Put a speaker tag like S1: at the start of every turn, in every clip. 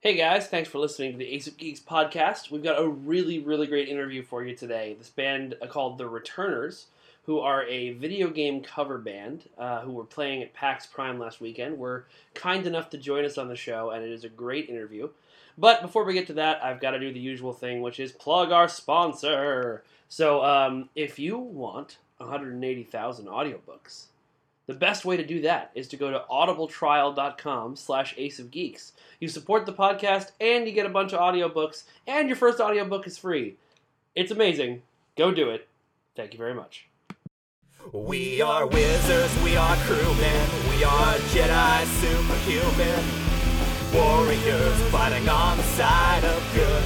S1: Hey guys, thanks for listening to the Ace of Geeks podcast. We've got a really, really great interview for you today. This band uh, called The Returners, who are a video game cover band uh, who were playing at PAX Prime last weekend, were kind enough to join us on the show, and it is a great interview. But before we get to that, I've got to do the usual thing, which is plug our sponsor. So um, if you want 180,000 audiobooks, the best way to do that is to go to audibletrial.com slash ace of geeks. You support the podcast and you get a bunch of audiobooks, and your first audiobook is free. It's amazing. Go do it. Thank you very much.
S2: We are wizards, we are crewmen, we are Jedi superhuman. Warriors fighting on the side of good.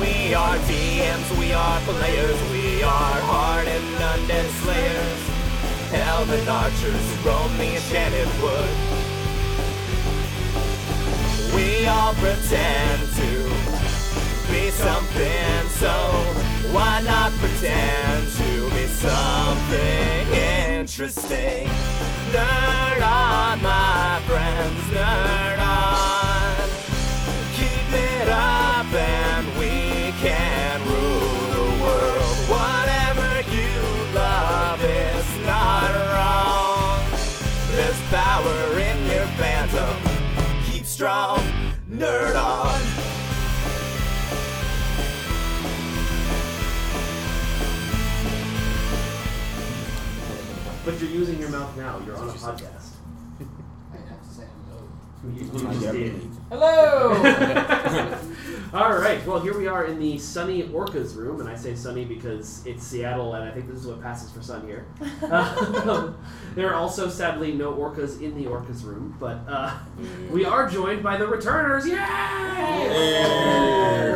S2: We are DMs, we are players, we are hardened undead slayers. Elven archers who roam the enchanted wood. We all pretend to be something, so why not pretend to be something interesting? Nerd on, my friends, nerd on. Keep it up and we can rule the world. Whatever you love is not wrong. There's power in your phantom. Keep strong, nerd on.
S1: But you're using your mouth now. You're on a podcast. Hello. All right. Well, here we are in the sunny Orcas room, and I say sunny because it's Seattle, and I think this is what passes for sun here. Um, there are also, sadly, no orcas in the Orcas room, but uh, we are joined by the returners. Yay!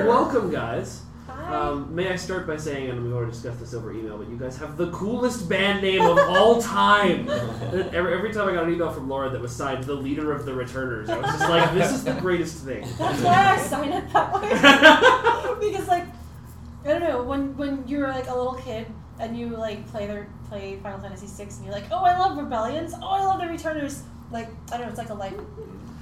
S1: Welcome, guys. Um, may I start by saying, and we've already discussed this over email, but you guys have the coolest band name of all time. And every, every time I got an email from Laura that was signed "The Leader of the Returners," I was just like, "This is the greatest thing."
S3: That's why I sign it that way. because like I don't know, when when you're like a little kid and you like play their play Final Fantasy VI and you're like, Oh I love rebellions, oh I love the returners like I don't know, it's like a life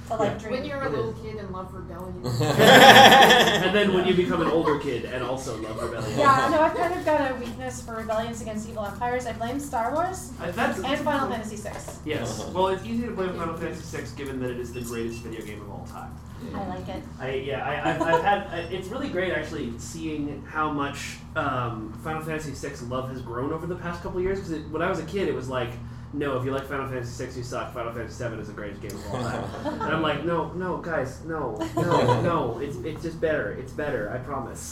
S3: a life dream.
S4: When you're a little kid and love rebellion.
S1: And then when you become an older kid and also love rebellion,
S3: yeah, no, I've kind of got a weakness for rebellions against evil empires. I blame Star Wars
S1: Uh, that's
S3: and Final Fantasy VI.
S1: yes. Well, it's easy to blame Final Fantasy VI given that it is the greatest video game of all time.
S3: I like it.
S1: I yeah, I, I've, I've had I- it's really great actually seeing how much um, Final Fantasy VI love has grown over the past couple years. Because when I was a kid, it was like, no, if you like Final Fantasy VI, you suck. Final Fantasy VII is the greatest game of all time. and I'm like, no, no, guys, no, no, no. It's it's just better. It's better. I promise.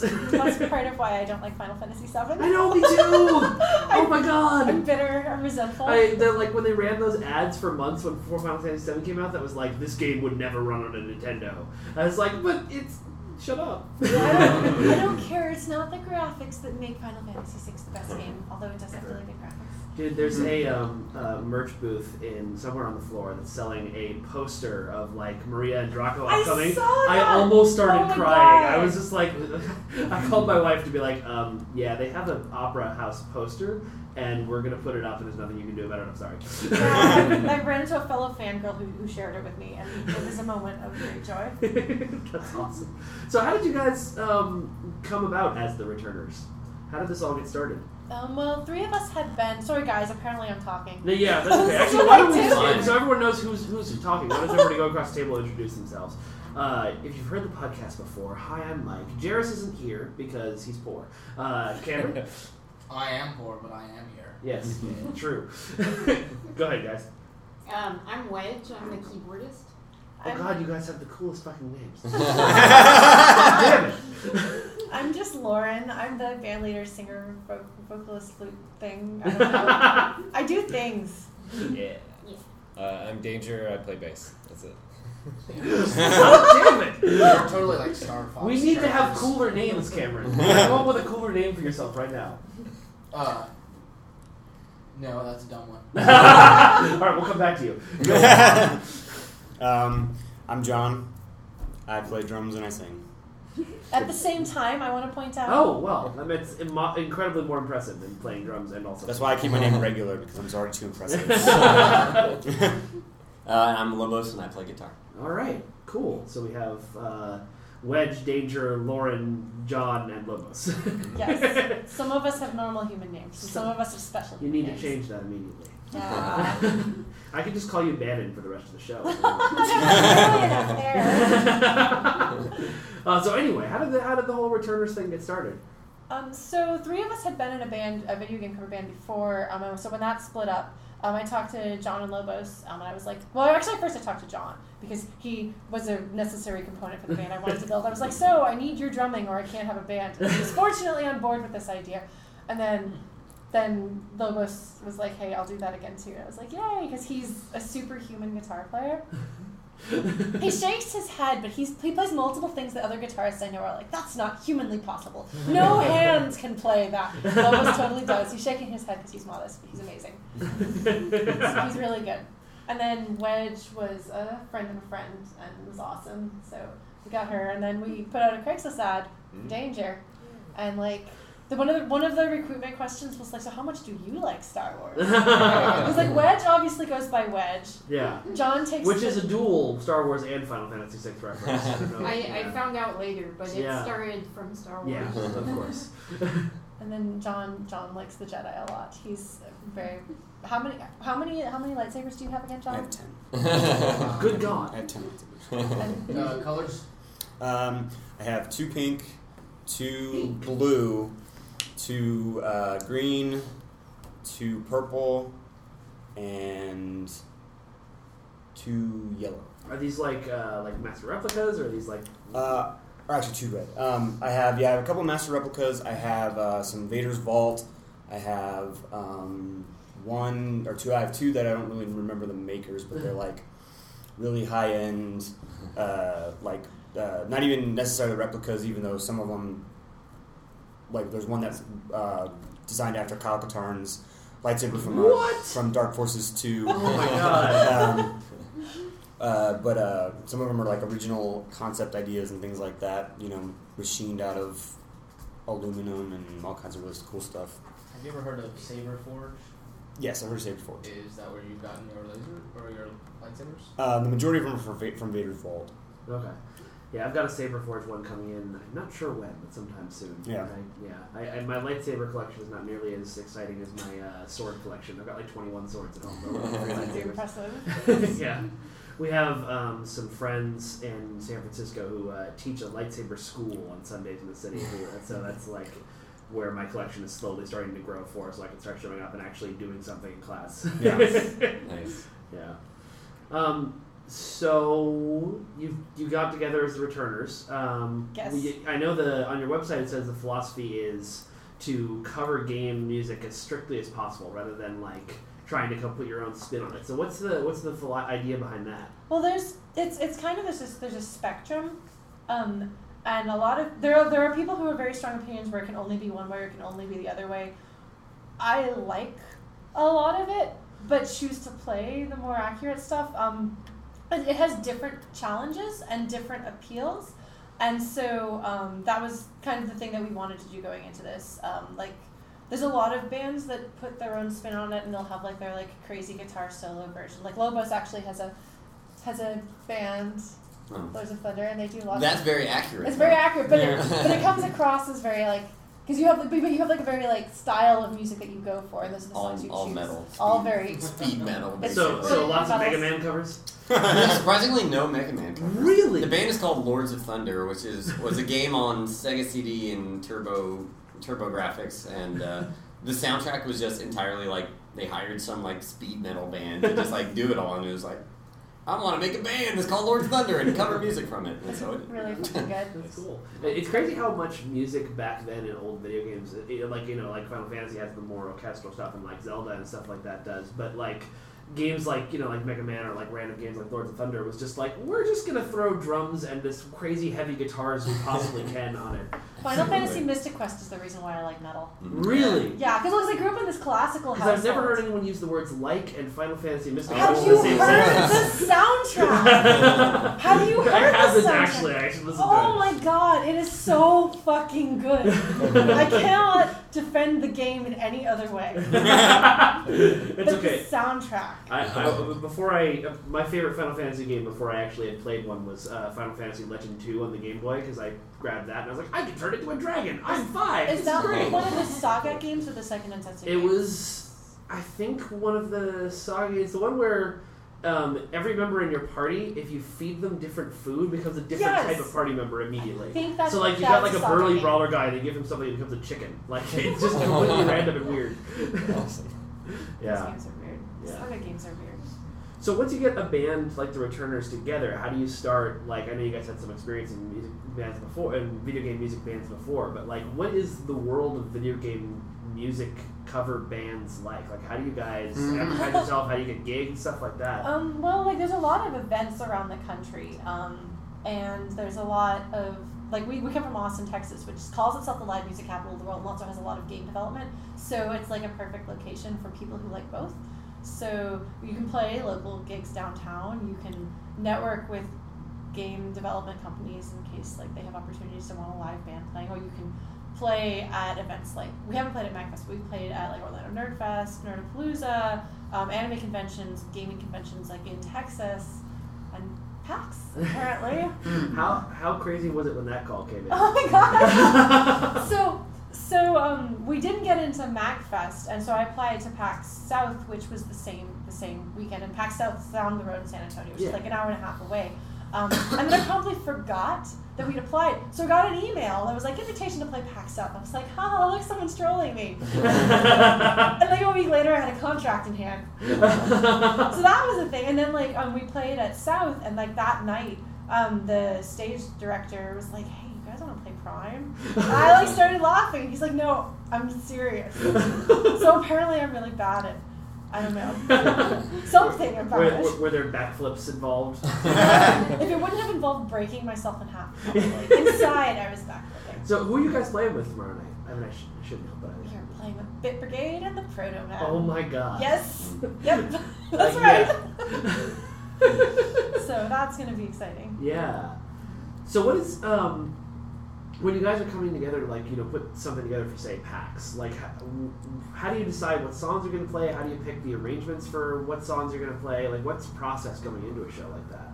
S3: That's
S1: I
S3: part of why I don't like Final Fantasy VII.
S1: know me too. Oh my
S3: I'm
S1: god.
S3: bitter, I'm resentful.
S1: I, they're like when they ran those ads for months when before Final Fantasy VII came out, that was like this game would never run on a Nintendo. I was like, but it's shut up.
S3: I don't, I don't care. It's not the graphics that make Final Fantasy VI the best game, although it does have really good graphics.
S1: Dude, there's
S3: Mm-hmm.
S1: a um, uh, merch booth in somewhere on the floor that's selling a poster of like Maria and Draco
S3: I
S1: upcoming.
S3: saw
S1: I
S3: that!
S1: almost started
S3: Oh my
S1: crying. I
S3: God.
S1: was just like, I called my wife to be like, um, yeah, they have an opera house poster, and we're gonna put it up, and there's nothing you can do about it. I'm sorry.
S3: Yeah, I ran into a fellow fangirl who, who shared it with me, and it was a moment of great joy.
S1: that's awesome. So, how did you guys um, come about as the returners? How did this all get started?
S3: Um, well, three of us had been. Sorry, guys. Apparently, I'm talking.
S1: No, Yeah, that's okay. Actually,
S3: What
S1: why don't we
S3: I
S1: just,
S3: do?
S1: yeah, so everyone knows who's who's talking. Why does everybody go across the table and introduce themselves? Uh, if you've heard the podcast before, hi, I'm Mike. Jarris isn't here because he's poor. Uh, Cameron,
S5: I am poor, but I am here.
S1: yes, true. go ahead, guys.
S4: Um, I'm Wedge. I'm the keyboardist.
S1: Oh
S3: I'm,
S1: God, you guys have the coolest fucking names. Damn it!
S3: I'm just Lauren. I'm the band leader, singer, vo- vocalist, flute thing. I, don't know. I do things.
S1: Yeah.
S6: Uh, I'm Danger. I play bass. That's it.
S1: God damn it!
S5: They're totally like Star Fox.
S1: We need to have
S5: characters.
S1: cooler names, Cameron. Come up with a cooler name for yourself right now.
S5: Uh, no, that's a dumb one.
S1: All right, we'll come back to you.
S6: um, I'm John. I play drums and I sing.
S3: At the same time, I want to point out.
S1: Oh well, I mean, it's Im- incredibly more impressive than playing drums and also.
S6: That's why I keep my name regular because I'm already too impressive.
S1: All
S7: Uh, I'm Lobos and I play guitar.
S1: right, cool. So we have uh, Wedge, Danger, Lauren, John, and Lobos.
S3: Yes. Some of us have normal human names. Some of us have special.
S1: you need to
S3: names. Ah.
S1: change that immediately.
S3: Yeah.
S1: I could just call you Bannon for the rest of the show. uh, so anyway, how did the how did the whole returners thing get started?
S3: Um, so three of us had been in a band, a video game cover band before. Um, and so when that split up, um, I talked to John and Lobos, um, and I was like, well, actually, first I talked to John because he was a necessary component for the band I wanted to build. I was like, so I need your drumming, or I can't have a band. And he was fortunately on board with this idea, and then. Then Lobos was like, "Hey, I'll do that again too." And I was like, "Yay!" Because he's a superhuman guitar player. He shakes his head, but he's, he plays multiple things that other guitarists I know are like, that's not humanly possible. No hands can play that. Lobos totally does. He's shaking his head because he's modest, but he's amazing. So he's really good. And then Wedge was a friend of a friend and was awesome. So we got her, and then we put out a Craigslist ad,
S1: Hmm.
S3: Danger, and like. The, one, of the, one of the recruitment questions was like, so how much do you like Star Wars? it was like Wedge obviously goes by Wedge.
S1: yeah,
S3: John takes
S1: which
S3: the-
S1: is a dual Star Wars and Final Fantasy VI reference. don't know.
S8: I, I
S1: Yeah.
S8: found out later, but it
S1: Yeah.
S8: started from Star Wars.
S1: Yeah, of course.
S3: And then John John likes the Jedi a lot. He's very how many how many how many lightsabers do you have again,
S6: I
S3: John?
S6: have ten.
S1: Good
S6: I
S1: God.
S6: have ten.
S5: Uh, colors?
S6: Um, I have two pink, two blue, two uh, green, two purple, and two yellow.
S1: Are these like uh, like master replicas or are these like?
S6: Uh, or actually, two red. Um, I have yeah, I have a couple master replicas. I have uh, some Vader's Vault. I have um, one or two. I have two that I don't really remember the makers, but they're like really high end, uh, like uh, not even necessarily replicas. Even though some of them, like there's one that's uh, designed after Kyle Katarn's lightsaber from uh,
S1: What?
S6: from Dark Forces Two.
S1: Oh my God.
S6: um, uh, but uh, some of them are like original concept ideas and things like that. You know, machined out of aluminum and all kinds of really cool stuff.
S5: Have you ever heard of Saber Forge?
S6: Yes, I've heard Saber Forge.
S5: Is that where you've gotten your laser or your lightsabers?
S6: Uh, the majority of them are from, Va- from Vader's Vault.
S1: Okay. Yeah, I've got a saber forge one coming in. I'm not sure when, but sometime soon.
S6: Yeah.
S1: I, yeah. I, I, my lightsaber collection is not nearly as exciting as my uh, sword collection. I've got like 21 swords at home. but I've got three
S3: Pretty
S1: lightsabers.
S3: impressive.
S1: yeah. We have um, some friends in San Francisco who uh, teach a lightsaber school on Sundays in the city. Who, and so that's like where my collection is slowly starting to grow for, so I can start showing up and actually doing something in class.
S6: Yeah.
S7: Nice.
S1: Yeah. Um, so you you got together as the returners. Um,
S3: Yes.
S1: we- I know the on your website it says the philosophy is to cover game music as strictly as possible, rather than like trying to come put your own spin on it. So what's the what's the philo- idea behind that?
S3: Well, there's it's it's kind of this there's a spectrum, um, and a lot of there are, there are people who have very strong opinions where it can only be one way or it can only be the other way. I like a lot of it, but choose to play the more accurate stuff. Um, it it has different challenges and different appeals, and so um, that was kind of the thing that we wanted to do going into this. Um, like, there's a lot of bands that put their own spin on it, and they'll have like their like crazy guitar solo version. Like Lobos actually has a has a band,
S7: Oh.
S3: Lords of Thunder, and they do lots.
S7: That's
S3: of,
S7: very accurate.
S3: it's very
S7: though.
S3: accurate, but it,
S7: Yeah.
S3: but it comes across as very like because you have but you have like a very like style of music that you go for, and those are the
S7: All-
S3: songs you
S7: all
S3: choose.
S7: metal.
S3: All very.
S7: Speed metal.
S3: It's
S1: So
S7: Basically.
S1: so lots of
S3: Metals.
S1: Mega Man covers.
S7: There's surprisingly no Mega Man. covers.
S1: Really?
S7: The band is called Lords of Thunder, which is was a game on Sega CD and Turbo Turbo Graphics, and uh, the soundtrack was just entirely like they hired some like speed metal band to just like do it all, and it was like, I want to make a band that's called Lords of Thunder and cover music from it, and so it
S3: Really fucking good.
S1: That's cool. It- It's crazy how much music back then in old video games, it- it- like you know, like Final Fantasy has the more orchestral stuff, and like Zelda and stuff like that does. But like games like you know like Mega Man or like random games like Lords of Thunder was just like we're just gonna throw drums and this crazy heavy guitar as we possibly can on it.
S3: Final Fantasy Mystic Quest is the reason why I like metal.
S7: Mm.
S1: Really?
S3: Yeah, because I grew up in this classical house.
S1: Because I've never heard anyone use the words like and Final Fantasy Mystic
S3: Have
S7: Oh,
S1: Quest in
S3: you
S1: the same
S3: heard
S1: sentence.
S3: the soundtrack? Have you heard
S1: I haven't
S3: the soundtrack?
S1: actually. I should listen to it.
S3: Oh my god, it is so fucking good. I cannot defend the game in any other way.
S1: it's
S3: but
S1: okay.
S3: The soundtrack.
S1: I, I, Uh, before I, my favorite Final Fantasy game before I actually had played one was uh, Final Fantasy Legend Two on the Game Boy because I grabbed that and I was like, I can turn into a dragon. I'm five.
S3: Is
S1: This
S3: that
S1: great.
S3: one of the Saga games or the second Nintendo
S1: It was, I think, one of the saga. It's the one where um, every member in your party, if you feed them different food, becomes a different
S3: Yes.
S1: type of party member immediately.
S3: I think that's-
S1: so, like, you got like
S3: that's
S1: a
S3: saga
S1: burly
S3: game.
S1: brawler guy, they give him something, he becomes a chicken. Like, it's just completely random and weird.
S3: These
S1: yeah.
S3: games are weird.
S1: Yeah.
S3: Saga games are weird.
S1: So once you get a band like the Returners together, how do you start? Like I know you guys had some experience in music bands before, and video game music bands before, but like, what is the world of video game music cover bands like? Like, how do you guys advertise yourself? How do you get gigs, stuff like that?
S3: Um, well, like there's a lot of events around the country, um, and there's a lot of like we, we come from Austin, Texas, which calls itself the live music capital of the world, and also has a lot of game development. So it's like a perfect location for people who like both. So you can play local gigs downtown. You can network with game development companies in case like they have opportunities to want a live band playing, or you can play at events like we haven't played at MacFest, but we played at like Orlando Nerd Fest, Nerdapalooza, um, anime conventions, gaming conventions like in Texas, and PAX apparently.
S1: How how crazy was it when that call came in?
S3: oh my god! so so um, we didn't get into MacFest, and so I applied to PAX South, which was the same the same weekend. And PAX South is down the road in San Antonio, which
S1: Yeah.
S3: is like an hour and a half away. Um, and then I probably forgot that we'd applied, so I got an email that was like invitation to play PAX South. I was like, "Ha! look, someone's trolling me." And like a week later, I had a contract in hand. So that was a thing. And then like um, we played at South, and like that night, um, the stage director was like, "Hey, you guys want to play Prime?" And I like started laughing. He's like, "No, I'm serious." so apparently, I'm really bad at I don't know something about
S1: were,
S3: it.
S1: were, were there backflips involved?
S3: if it wouldn't have involved breaking myself in half, probably. inside I was back there.
S1: so who are you guys playing with tomorrow night? I mean, I, sh- I shouldn't know, but
S3: We
S1: I.
S3: are playing with Bit Brigade and the Proto Man.
S1: Oh my god.
S3: Yes. Yep.
S1: Like,
S3: That's right.
S1: yeah.
S3: so that's gonna be exciting.
S1: Yeah. So what is um when you guys are coming together to like you know put something together for say PAX like how, how do you decide what songs you're going to play how do you pick the arrangements for what songs you're going to play like what's the process going into a show like that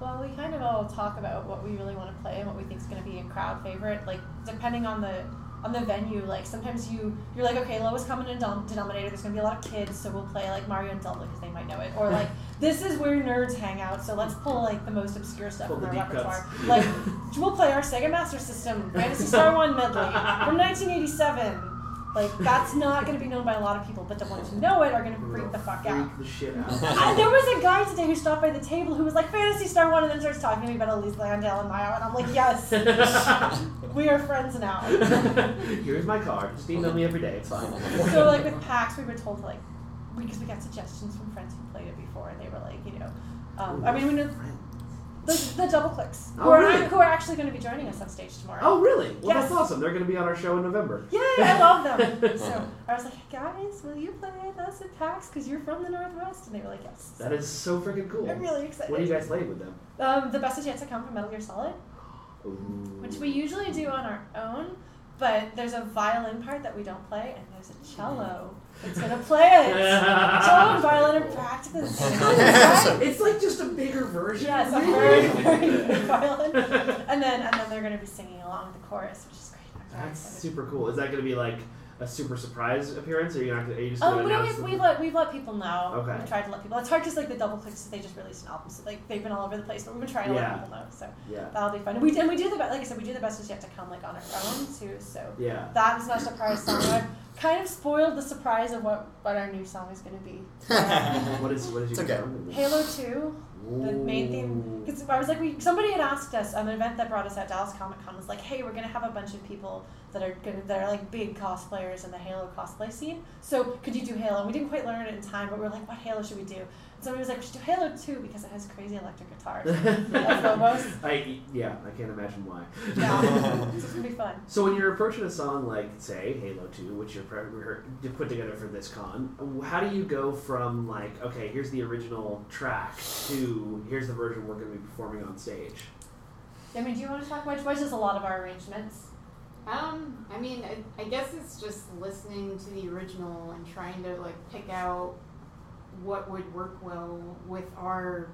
S3: Well, we kind of all talk about what we really want to play and what we think is going to be a crowd favorite. Like depending on the on the venue, like sometimes you you're like, okay, lowest common denom- denominator. There's going to be a lot of kids, so we'll play like Mario and Zelda because they might know it, or like this is where nerds hang out, so let's pull like the most obscure stuff
S1: Pull
S3: from
S1: the
S3: our
S1: deep
S3: repertoire.
S1: cuts.
S3: Like we'll play our Sega Master System Fantasy Star One medley from 1987. Like that's not going to be known by a lot of people, but the ones who know it are going to freak the fuck out.
S1: freak the shit out
S3: I, there was a guy today who stopped by the table who was like Fantasy Star One, and then starts talking to me about Elise Landale and Maya, and I'm like, yes, we are friends now.
S1: here's my card just email me every day it's fine
S3: So like with PAX, we were told to like because we got suggestions from friends who played it before, and they were like, you know, um, I mean, we know the, the double clicks who,
S1: Oh,
S3: are,
S1: really?
S3: who are actually going to be joining us on stage tomorrow.
S1: oh really well
S3: Yes.
S1: that's awesome they're going to be on our show in November
S3: Yay, I love them. So I was like, guys, will you play with us at PAX? Because you're from the Northwest. And they were like, yes.
S1: that is so freaking cool
S3: I'm really excited.
S1: what are you guys playing with them
S3: Um, the best is yet to come from Metal Gear Solid.
S1: Ooh.
S3: which we usually do on our own. But there's a violin part that we don't play, and there's a cello that's gonna play it. cello and violin are practically the same. thing.
S1: it's like just a bigger version
S3: yes, a very, very good violin. And then, and then they're gonna be singing along with the chorus, which is great. I'm very
S1: That's
S3: excited.
S1: super cool. Is that going to be like a super surprise appearance, or you're not? Gonna, are you just
S3: Um,
S1: going
S3: we,
S1: to announce?
S3: we've,
S1: them?
S3: we've, let, we've let people know.
S1: Okay.
S3: We've tried to let people. It's hard because like the double clicks, they just released an album, so like they've been all over the place. But we've been trying to
S1: Yeah.
S3: let people know, so
S1: yeah,
S3: that'll be fun. And we and we do the be- like I said, we do the best is yet to come, like on our own too. So
S1: yeah.
S3: That is my surprise song. I've kind of spoiled the surprise of what, what our new song is going to be.
S7: What
S1: What is what is
S6: It's
S1: your
S6: okay.
S1: genre?
S3: Halo 2, the main theme.
S1: Ooh.
S3: Because I was like, we, somebody had asked us on the event that brought us at Dallas Comic Con was like, hey, we're gonna have a bunch of people that are gonna that are like big cosplayers in the Halo cosplay scene. So could you do Halo? And we didn't quite learn it in time, but we were like, what Halo should we do? And somebody was like, we should do Halo Two because it has crazy electric guitars. That's what it was.
S1: I, yeah, I can't imagine why.
S3: Yeah, it's gonna be fun.
S1: So when you're approaching a song like, say, Halo 2, which you're pre- rehe- you put together for this con, how do you go from like, okay, here's the original track to here's the version we're going to be performing on stage?
S3: I mean, do you want to talk about Joyce? There's a lot of our arrangements.
S8: Um, I mean, I, I guess it's just listening to the original and trying to like pick out what would work well with our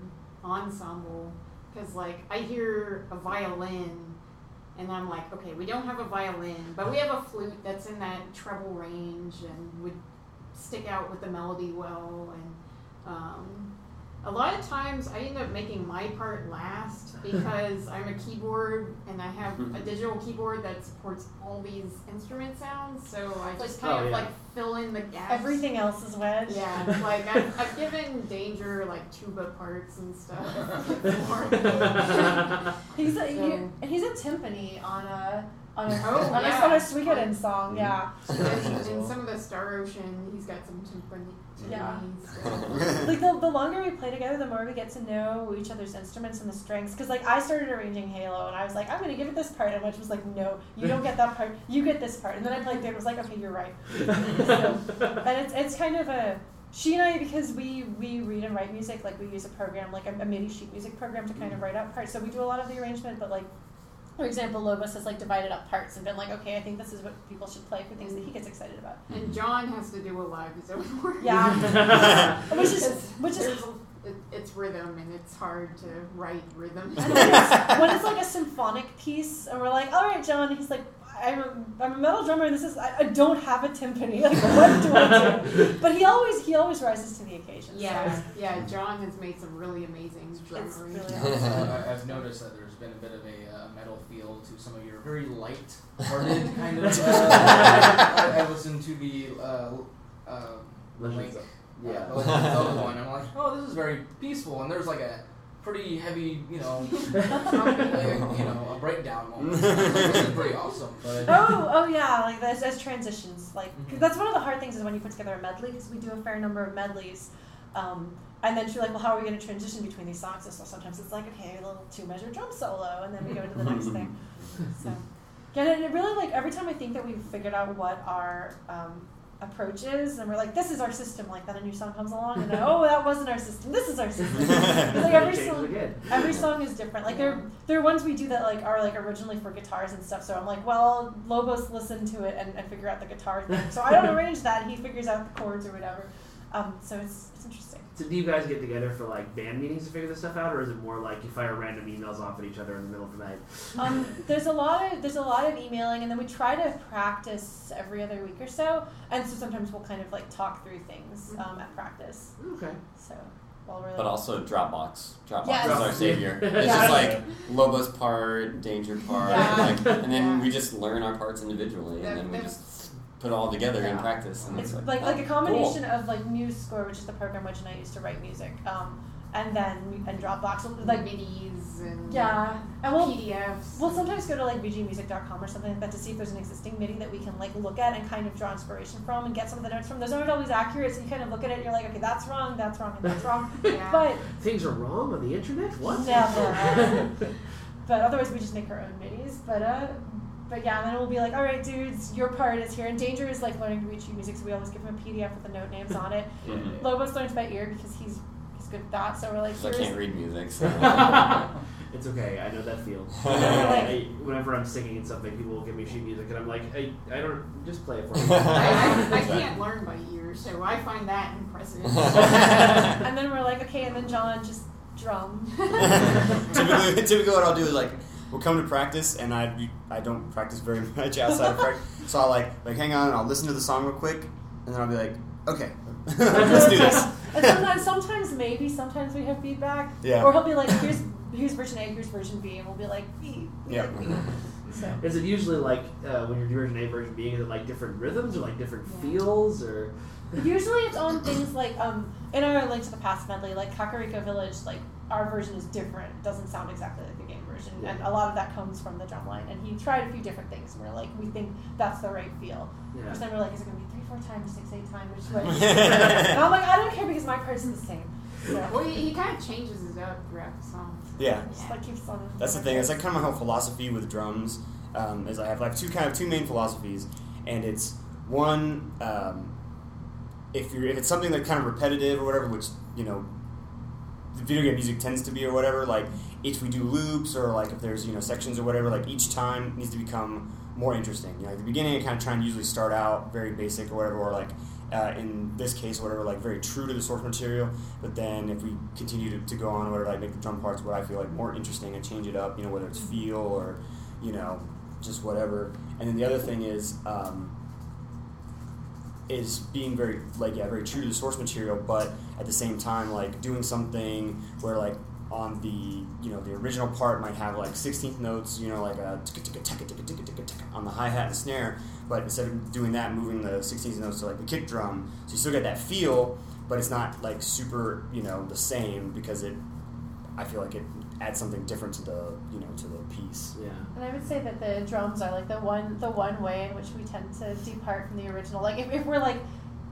S8: ensemble. Because like I hear a violin, and I'm like, okay, we don't have a violin, but we have a flute that's in that treble range and would stick out with the melody well. And um, a lot of times I end up making my part last because I'm a keyboard and I have a digital keyboard that supports all these instrument sounds. So I just kind
S1: Oh,
S8: of
S1: yeah.
S8: like fill in the gaps.
S3: Everything else is wedged.
S8: Yeah, like I've, I've given Danger like tuba parts and stuff. before.
S3: He's a,
S8: So-
S3: you- and he's a timpani on a on a
S8: Oh,
S3: on
S8: yeah.
S3: a, on a Suikoden song. Yeah,
S8: and, and some of the Star Ocean, he's got some timpani.
S3: Yeah.
S8: timpani stuff.
S3: like the, the longer we play together, the more we get to know each other's instruments and the strengths. Because like I started arranging Halo, and I was like, I'm gonna give it this part, and Wedge was like, No, you don't get that part. You get this part. And then I played through, and was like, Okay, you're right. So, and it's it's kind of a she and I because we we read and write music. Like we use a program, like a, a MIDI sheet music program to kind of write out parts. So we do a lot of the arrangement, but like. For example, Lobos has like divided up parts and been like, okay, I think this is what people should play for things that he gets excited about.
S8: And John has to do a lot of his own work.
S3: Yeah. which is
S8: Because
S3: which is
S8: there's a- it- it's rhythm and it's hard to write rhythm.
S3: And when it's, when it's like a symphonic piece, and we're like, all right, John, he's like, I'm a, I'm a metal drummer, and this is I, I don't have a timpani. Like, what do I do? But he always he always rises to the occasion. so
S8: yeah, yeah. John has made some really amazing
S3: it's
S8: drummer.
S3: really
S5: So
S3: awesome.
S1: Uh-huh.
S5: I, I've noticed that there's been a bit of a uh, metal feel to some of your very light-hearted kind of. Uh, I, I listened to the uh, uh, Link, yeah, the Zelda one. I'm like, oh, this is very peaceful, and there's like a pretty heavy, you know, like, a- you know, a breakdown moment. this is pretty awesome, but
S3: Oh, oh yeah, like as, as transitions, like 'cause that's one of the hard things is when you put together a medley because we do a fair number of medleys, um, and then she's like, well, how are we going to transition between these songs? And So sometimes it's like, okay, a little two measure drum solo, and then we go into the next thing. So, yeah, and it really like every time I think that we've figured out what our um, approach is, and we're like, this is our system. Like then a new song comes along, and then, oh, that wasn't our system. This is our system. It's like every
S1: Change
S3: song.
S1: again.
S3: Every song is different. Like there, there are ones we do that like are like originally for guitars and stuff. So I'm like, well, Lobos listened to it and, and figure out the guitar thing. So I don't arrange that. He figures out the chords or whatever. Um, so it's it's interesting.
S1: So do you guys get together for like band meetings to figure this stuff out, or is it more like you fire random emails off at each other in the middle of the night?
S3: Um, there's a lot of there's a lot of emailing, and then we try to practice every other week or so. And so sometimes we'll kind of like talk through things um, at practice.
S1: Okay.
S3: So while we're like,
S7: But also Dropbox. Dropbox
S3: Yes.
S7: is our savior. It's
S1: Yeah.
S7: just like Lobos part, Danger part,
S3: Yeah.
S7: like, and then
S8: Yeah.
S7: we just learn our parts individually, and then we just put it all together in
S3: Yeah.
S7: practice. And
S3: It's
S7: it's like,
S3: like like a
S7: oh,
S3: combination of like MuseScore, which is the program which and I used to write music, um, and then and Dropbox, like
S8: like midis and
S3: yeah, and we'll
S8: PDFs.
S3: We'll sometimes go to like vgmusic.com or something like that to see if there's an existing MIDI that we can like look at and kind of draw inspiration from and get some of the notes from. Those aren't always accurate, so you kind of look at it and you're like, okay, that's wrong, that's wrong, and that's wrong.
S8: yeah.
S3: But
S1: Things are wrong on the internet. What?
S3: Never. but otherwise we just make our own MIDIs. But uh but yeah, and then we'll be like, all right, dudes, your part is here. And Danger is like learning to read sheet music, so we always give him a PDF with the note names on it.
S7: Mhm.
S6: Mm-hmm.
S3: Lobos learns by ear because he's he's good at that. So we're like,
S7: 'Cause I
S3: here's
S7: can't read music. So.
S1: It's okay. I know that feel. I,
S7: Right.
S1: whenever I'm singing and something, people will give me sheet music, and I'm like, I, I don't just play it for
S8: I, I, I
S1: me.
S8: can't learn by ear, so I find that impressive.
S3: and then we're like, okay, and then John just drum.
S6: typically, typically, what I'll do is like we'll come to practice, and I I don't practice very much outside of practice, so I'll like like hang on, and I'll listen to the song real quick, and then I'll be like, okay, let's do this.
S3: And sometimes, sometimes maybe, sometimes we have feedback.
S6: Yeah.
S3: Or he'll be like, here's here's version A, here's version B, and we'll be like B. we
S6: Yeah.
S3: like B. So
S1: Is it usually like uh, when you're doing version A version B, is it like different rhythms or like different feels or?
S3: usually it's on things like um in our link to the past medley, like Kakariko Village, like our version is different. It doesn't sound exactly like the game version. And a lot of that comes from the drumline. And he tried a few different things. And we're like, we think that's the right feel. Which
S1: Yeah.
S3: then we're like, is it going to be three, four times, six, eight times? Which way? and I'm like, I don't care because my part's the same. So
S8: Well, he, he kind of changes it up throughout the song.
S6: Yeah.
S3: just like keeps on.
S6: That's the thing. It's like kind of my whole philosophy with drums. Um, is I have like two kind of two main philosophies, and it's one um, if you're if it's something that kind of repetitive or whatever, which you know, the video game music tends to be or whatever. Like if we do loops or like if there's you know sections or whatever, like each time needs to become more interesting. You know, at the beginning, I kind of try and usually start out very basic or whatever, or like. Uh, in this case, or whatever, like very true to the source material, but then if we continue to, to go on, or whatever, like make the drum parts what I feel like more interesting and change it up, you know, whether it's feel or, you know, just whatever. And then the other thing is, um, is being very like yeah, very true to the source material, but at the same time like doing something where like on the you know the original part might have like sixteenth notes, you know like a ticka ticka ticka ticka ticka ticka ticka on the hi hat and snare, but instead of doing that, moving the sixteenth notes to like the kick drum, so you still get that feel, but it's not like super you know the same because it I feel like it adds something different to the you know to the piece.
S1: Yeah.
S3: And I would say that the drums are like the one the one way in which we tend to depart from the original. Like if, if we're like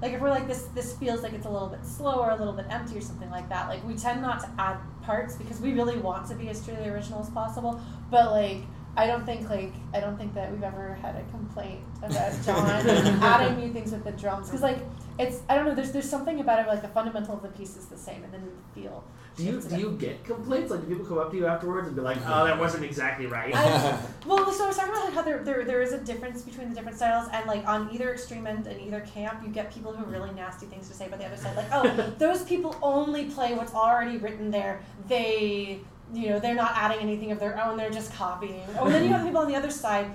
S3: like if we're like this this feels like it's a little bit slower, a little bit empty or something like that, like we tend not to add parts because we really want to be as true to the original as possible. But like I don't think like I don't think that we've ever had a complaint about John adding new things with the drums because like it's I don't know there's there's something about it like the fundamental of the piece is the same and then the feel.
S1: Do you
S3: shifts
S1: do
S3: a bit.
S1: you get complaints? Like do people come up to you afterwards and be like, "Oh, that wasn't exactly right."
S3: I, well, so I was talking about like how there, there there is a difference between the different styles, and like on either extreme end and either camp, you get people who have really nasty things to say about the other side, like, oh, those people only play what's already written there. They, you know, they're not adding anything of their own. They're just copying. Or then you have people on the other side.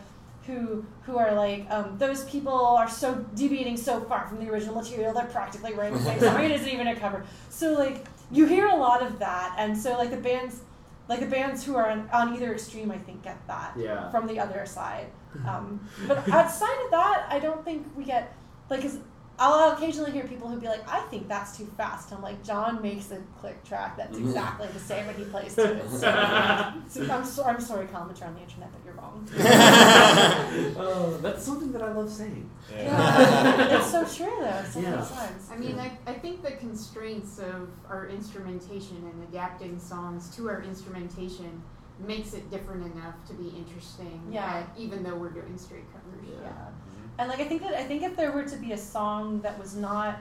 S3: Who, who are like um, those people are so deviating so far from the original material they're practically writing the same song it isn't even a cover so like you hear a lot of that and so like the bands like the bands who are on, on either extreme i think get that
S1: Yeah.
S3: from the other side um, but outside of that i don't think we get like i i'll occasionally hear people who be like i think that's too fast and i'm like john makes a click track that's
S1: Mm-hmm.
S3: exactly the same when he plays to it so, so I'm, so, I'm sorry commenter on the internet but you're wrong
S1: oh, that's something that I love saying.
S3: yeah. it's so true though so many
S1: Yeah.
S3: times
S8: I mean, I, I think the constraints of our instrumentation and adapting songs to our instrumentation makes it different enough to be interesting.
S3: Yeah.
S8: that even though we're doing straight covers.
S3: Yeah. And like I think that I think if there were to be a song that was not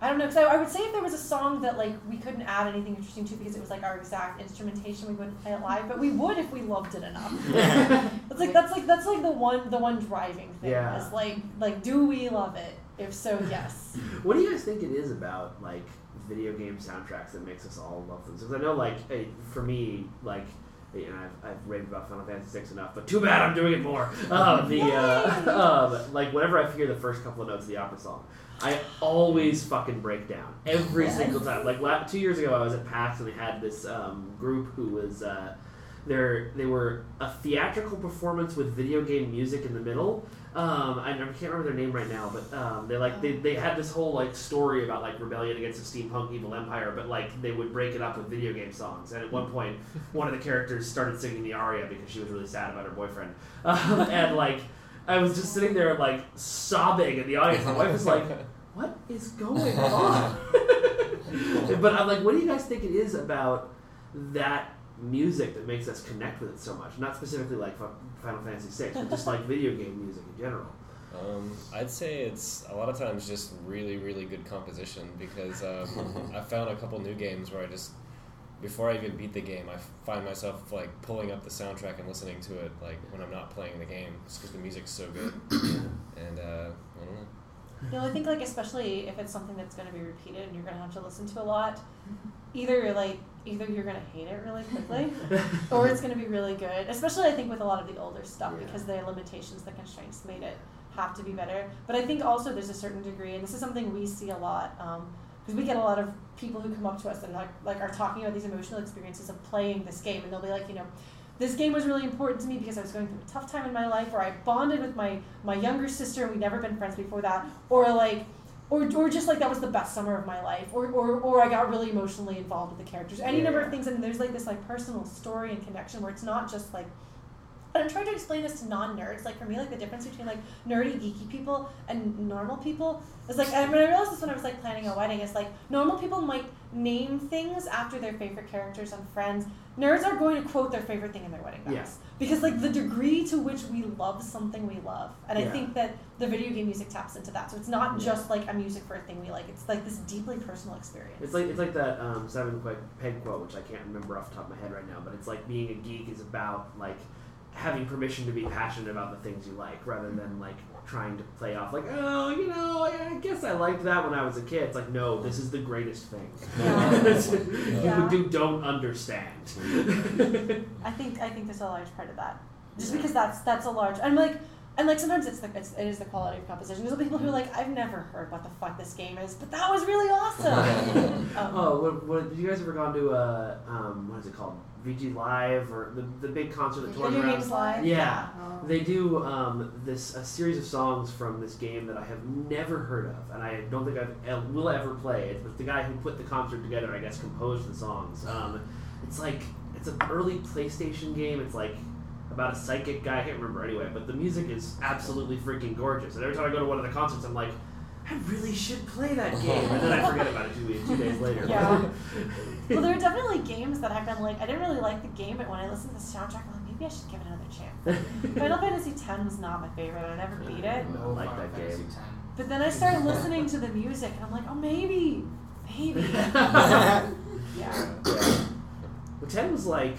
S3: I don't know, because I, I would say if there was a song that like we couldn't add anything interesting to because it was like our exact instrumentation, we wouldn't play it live, but we would if we loved it enough. that's like that's like that's like the one the one driving thing
S1: Yeah.
S3: is like like do we love it? If so, yes.
S1: What do you guys think it is about like video game soundtracks that makes us all love them? Because I know, like, eh, for me, like, you know, I've, I've raved about Final Fantasy VI enough, but too bad I'm doing it more. Uh, the uh, um, like, whenever I hear the first couple of notes of the opera song, I always fucking break down every single time. Like la- two years ago, I was at PAX and they had this um, group who was. Uh, they're, they were a theatrical performance with video game music in the middle. Um, I never- can't remember their name right now, but um, they like they, they had this whole like story about like rebellion against the steampunk evil empire, but like they would break it up with video game songs. And at one point, one of the characters started singing the aria because she was really sad about her boyfriend. Um, and like I was just sitting there like sobbing in the audience. My wife was like, "What is going on?" but I'm like, "What do you guys think it is about that music that makes us connect with it so much? Not specifically like Fi- Final Fantasy VI, but just like video game music in general."
S2: Um, I'd say it's a lot of times just really, really good composition because um, I found a couple new games where I just, before I even beat the game, I find myself like pulling up the soundtrack and listening to it like when I'm not playing the game just because the music's so good. and uh, I don't know.
S3: No, I think like especially if it's something that's going to be repeated and you're going to have to listen to a lot, either you're like either you're going to hate it really quickly, or it's going to be really good. Especially I think with a lot of the older stuff
S1: Yeah.
S3: because the limitations, the constraints made it have to be better. But I think also there's a certain degree, and this is something we see a lot. Um, because we get a lot of people who come up to us and like, like are talking about these emotional experiences of playing this game, and they'll be like, you know, this game was really important to me because I was going through a tough time in my life, or I bonded with my my younger sister. We'd never been friends before that, or like, or, or just like that was the best summer of my life, or, or, or I got really emotionally involved with the characters. Any number of things, and there's like this like personal story and connection where it's not just like. And I'm trying to explain this to non-nerds. Like for me, like the difference between like nerdy, geeky people and normal people is like. And when I realized this when I was like planning a wedding, it's like normal people might name things after their favorite characters on Friends. Nerds are going to quote their favorite thing in their wedding vows
S1: Yeah.
S3: because like the degree to which we love something we love, and I
S1: Yeah.
S3: think that the video game music taps into that. So it's not just like a music for a thing we like. It's like this deeply personal experience.
S1: It's like it's like that um, Simon Peg, Pegg quote, which I can't remember off the top of my head right now, but it's like being a geek is about like having permission to be passionate about the things you like, rather than like trying to play off like, oh, you know, I, I guess I liked that when I was a kid. It's like, no, this is the greatest thing.
S3: Yeah.
S1: You don't understand.
S3: I think I think there's a large part of that, just because that's that's a large. I'm like, and like sometimes it's the it's, it is the quality of composition. There's people who are
S1: Mm-hmm.
S3: like, I've never heard what the fuck this game is, but that was really awesome. um,
S1: Oh, what, what, have you guys ever gone to uh, um, what is it called? VG Live or the, the big concert that tore
S3: Video
S1: around?
S3: games live.
S1: Yeah,
S8: Oh.
S1: they do um, this a series of songs from this game that I have never heard of, and I don't think I have will ever play. It's with the guy who put the concert together, I guess, composed the songs. Um, it's like it's an early PlayStation game. It's like about a psychic guy. I can't remember anyway, but the music is absolutely freaking gorgeous. And every time I go to one of the concerts, I'm like. I really should play that game, and then I forget about it two, weeks- two days later.
S3: Yeah. well, there are definitely games that I've been like, I didn't really like the game, but when I listened to the soundtrack, I'm like, maybe I should give it another chance. Final Fantasy X was not my favorite. I never beat it.
S5: Oh,
S1: I don't like that game.
S3: But then I started listening to the music, and I'm like, oh, maybe, maybe.
S1: Yeah.
S3: yeah.
S1: Well, Ten was like,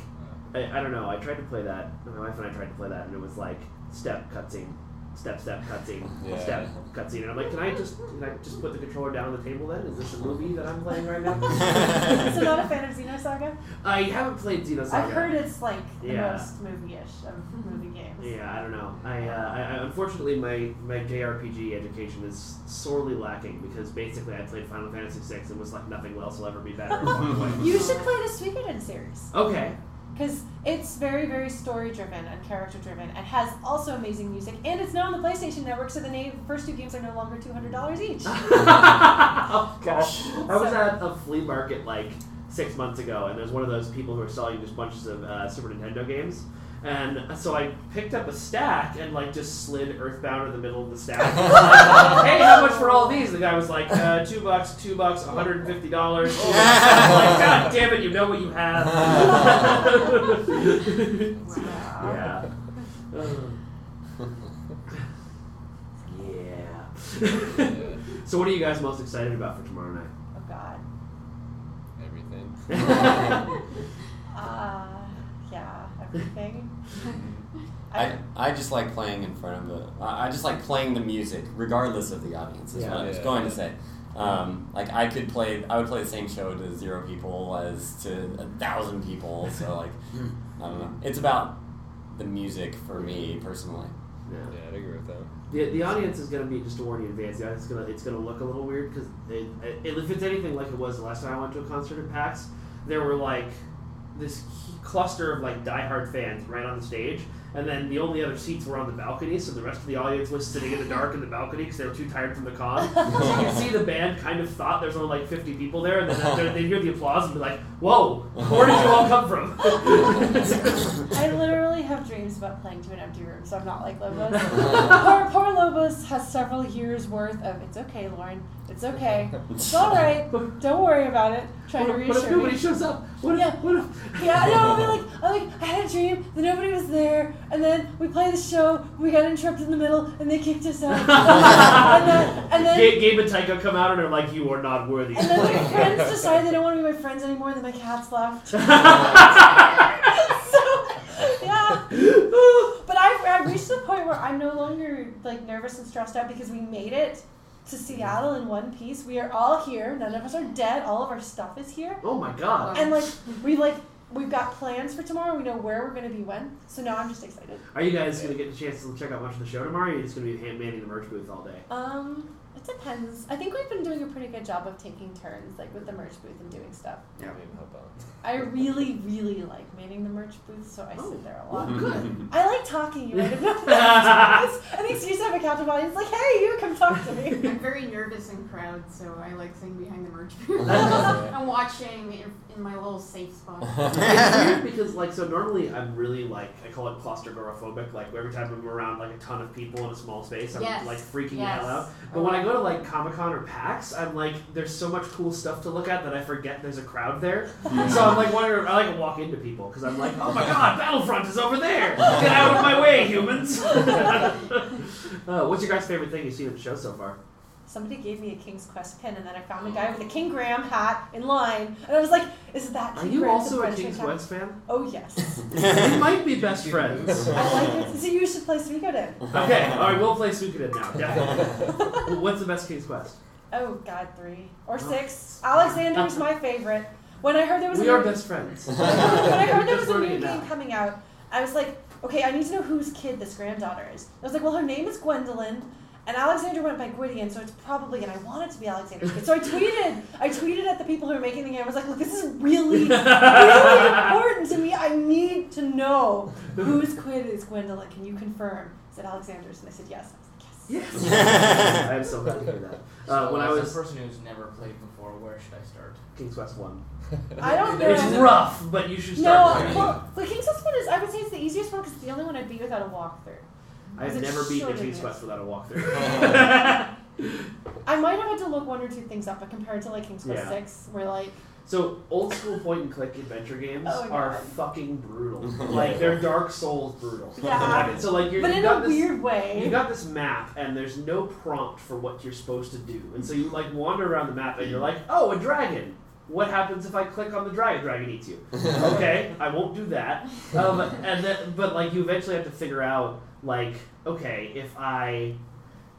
S1: I, I don't know. I tried to play that. My wife and I tried to play that, and it was like step cutscene, step step cutscene,
S2: Yeah.
S1: step cutscene. And I'm like, can I just can I just put the controller down on the table? Then is this a movie that I'm playing right now?
S3: so not a fan of Xenosaga?
S1: I haven't played Xenosaga.
S3: I've heard it's like the
S1: Yeah.
S3: most movie-ish of movie games.
S1: Yeah, I don't know. I, uh, I, I unfortunately my my JRPG education is sorely lacking because basically I played Final Fantasy VI and was like nothing else will ever be better. and walked away.
S3: You should play the Suikoden series
S1: okay.
S3: because it's very, very story-driven and character-driven, and has also amazing music. And it's now on the PlayStation Network, so the name, first two games are no longer two hundred dollars each.
S1: oh gosh. I was
S3: So-
S1: at a flea market like six months ago, and there's one of those people who are selling just bunches of uh, Super Nintendo games. And so I picked up a stack and like just slid Earthbound in the middle of the stack. Like, hey, how much for all these? The guy was like, uh, two bucks, two bucks, one hundred and fifty dollars. I'm like, God damn it, you know what you have. yeah. yeah. so, what are you guys most excited about for tomorrow night?
S3: Oh God.
S2: Everything.
S3: Uh, yeah, everything. I,
S7: I, I just like playing in front of the. I I just like playing the music, regardless of the audience. Is what I was
S2: Yeah.
S7: going to say. Um, like I could play, I would play the same show to zero people as to a thousand people. So like, I don't know. It's about the music for me personally.
S1: Yeah.
S2: Yeah, I'd agree with that.
S1: The, the audience is going to be just to warn you in advance. The audience is going to it's going to look a little weird because it, it, if it's anything like it was the last time I went to a concert at PAX, there were like this he- cluster of like diehard fans right on the stage, and then the only other seats were on the balcony, so the rest of the audience was sitting in the dark in the balcony because they were too tired from the con. so you could see the band kind of thought there's only like 50 people there, and then they hear the applause and be like, "Whoa, where did you all come from?"
S3: I literally have dreams about playing to an empty room, so I'm not like Lobos. poor, poor Lobos has several years worth of it's okay, Lauren. It's okay. It's all right. Don't worry about it. Trying to
S1: what, if- what if
S3: reassure
S1: nobody
S3: me.
S1: shows up? What
S3: Yeah.
S1: if, what if
S3: Yeah, I know. I'll be like, I'm like, I had a dream that nobody was there, and then we play the show. We got interrupted in the middle, and they kicked us out. and then, and then
S1: Ga- Gabe and Tycho come out and are like, "You are not worthy."
S3: And then my friends decide they don't want to be my friends anymore, and then my cat's left. so, yeah. But I've, I've reached the point where I'm no longer, like, nervous and stressed out because we made it to Seattle in one piece. We are all here. None of us are dead. All of our stuff is here.
S1: oh my god!
S3: And, like, we, like, we've got plans for tomorrow. We know where we're going to be when. So now I'm just excited.
S1: Are you guys gonna get a chance to check out much of the show tomorrow? Or are you just gonna be hand manning the merch booth all day?
S3: Um... It depends. I think we've been doing a pretty good job of taking turns, like with the merch booth and doing stuff.
S2: I mean, help out.
S3: I really, really like dominating the merch booth, so I
S1: Oh.
S3: sit there a
S1: Well,
S3: lot.
S1: good.
S3: I like talking. You might have noticed. I think you used to have a captive audience. Like, hey, you come talk to me.
S8: I'm very nervous in crowds, so I like sitting behind the merch booth. I'm watching in, in my little safe spot.
S1: it's weird because like so normally I'm really like I call it claustrophobic. Like every time I'm around like a ton of people in a small space, I'm
S8: Yes.
S1: like freaking the
S8: Yes.
S1: hell out. But when I go to like Comic Con or PAX, I'm like there's so much cool stuff to look at that I forget there's a crowd there. so I'm like wondering I like to walk into people because I'm like oh my god Battlefront is over there. Get out of my way, humans. uh, what's your guys' favorite thing you've seen at the show so far?
S3: Somebody gave me a King's Quest pin, and then I found a guy with a King Graham hat in line, and I was like, "Is that?"
S1: Oh. Are
S3: King
S1: you
S3: Graham's
S1: also a
S3: adventure
S1: King's
S3: time?"
S1: Quest fan?
S3: Oh yes.
S1: we might be best friends.
S3: I like it. So you should play Suikoden.
S1: Okay, all right, we'll play Suikoden now. Definitely. What's the best King's Quest?
S3: Oh God, three or six. Alexander's my favorite. When I heard there was
S1: We
S3: a
S1: are
S3: new,
S1: best friends.
S3: when I heard there was a
S1: Just
S3: new
S1: learning
S3: game
S1: it now.
S3: coming out, I was like, okay, I need to know whose kid this granddaughter is. I was like, well, her name is Gwendolyn, and Alexander went by Gwydion, so it's probably, and I want it to be Alexander's kid. So I tweeted, I tweeted at the people who are making the game. I was like, look, this is really, really important to me. I need to know whose kid is Gwendolyn. Can you confirm? Is it Alexander's? And they said yes. I was like, yes.
S1: Yes. I'm so glad to hear that. Uh,
S5: So
S1: when I
S5: as
S1: was
S5: a person who's never played before, where should I start?
S1: King's Quest One,
S3: I don't know.
S1: it's rough, but you should start.
S3: No,
S1: playing.
S3: well, the King's Quest one is, I would say it's the easiest one because it's the only one I beat without a walkthrough.
S1: I've
S3: it's
S1: never beaten a
S3: shorter
S1: King's
S3: than
S1: Quest
S3: this.
S1: without a walkthrough.
S3: I might have had to look one or two things up, but compared to like King's Quest
S1: Yeah.
S3: 6, we're like,
S1: so old school point and click adventure games
S3: Oh,
S1: are
S3: God.
S1: fucking brutal. Like they're Dark Souls brutal.
S3: Yeah.
S1: Like, so like you're
S3: but
S1: you've
S3: in
S1: got
S3: a
S1: this,
S3: weird
S1: You
S3: way.
S1: got this map, and there's no prompt for what you're supposed to do. And so you like wander around the map, and you're like, "Oh, a dragon! What happens if I click on the dragon? Dragon eats you." okay, I won't do that. Um, and then, but like you eventually have to figure out, like, okay, if I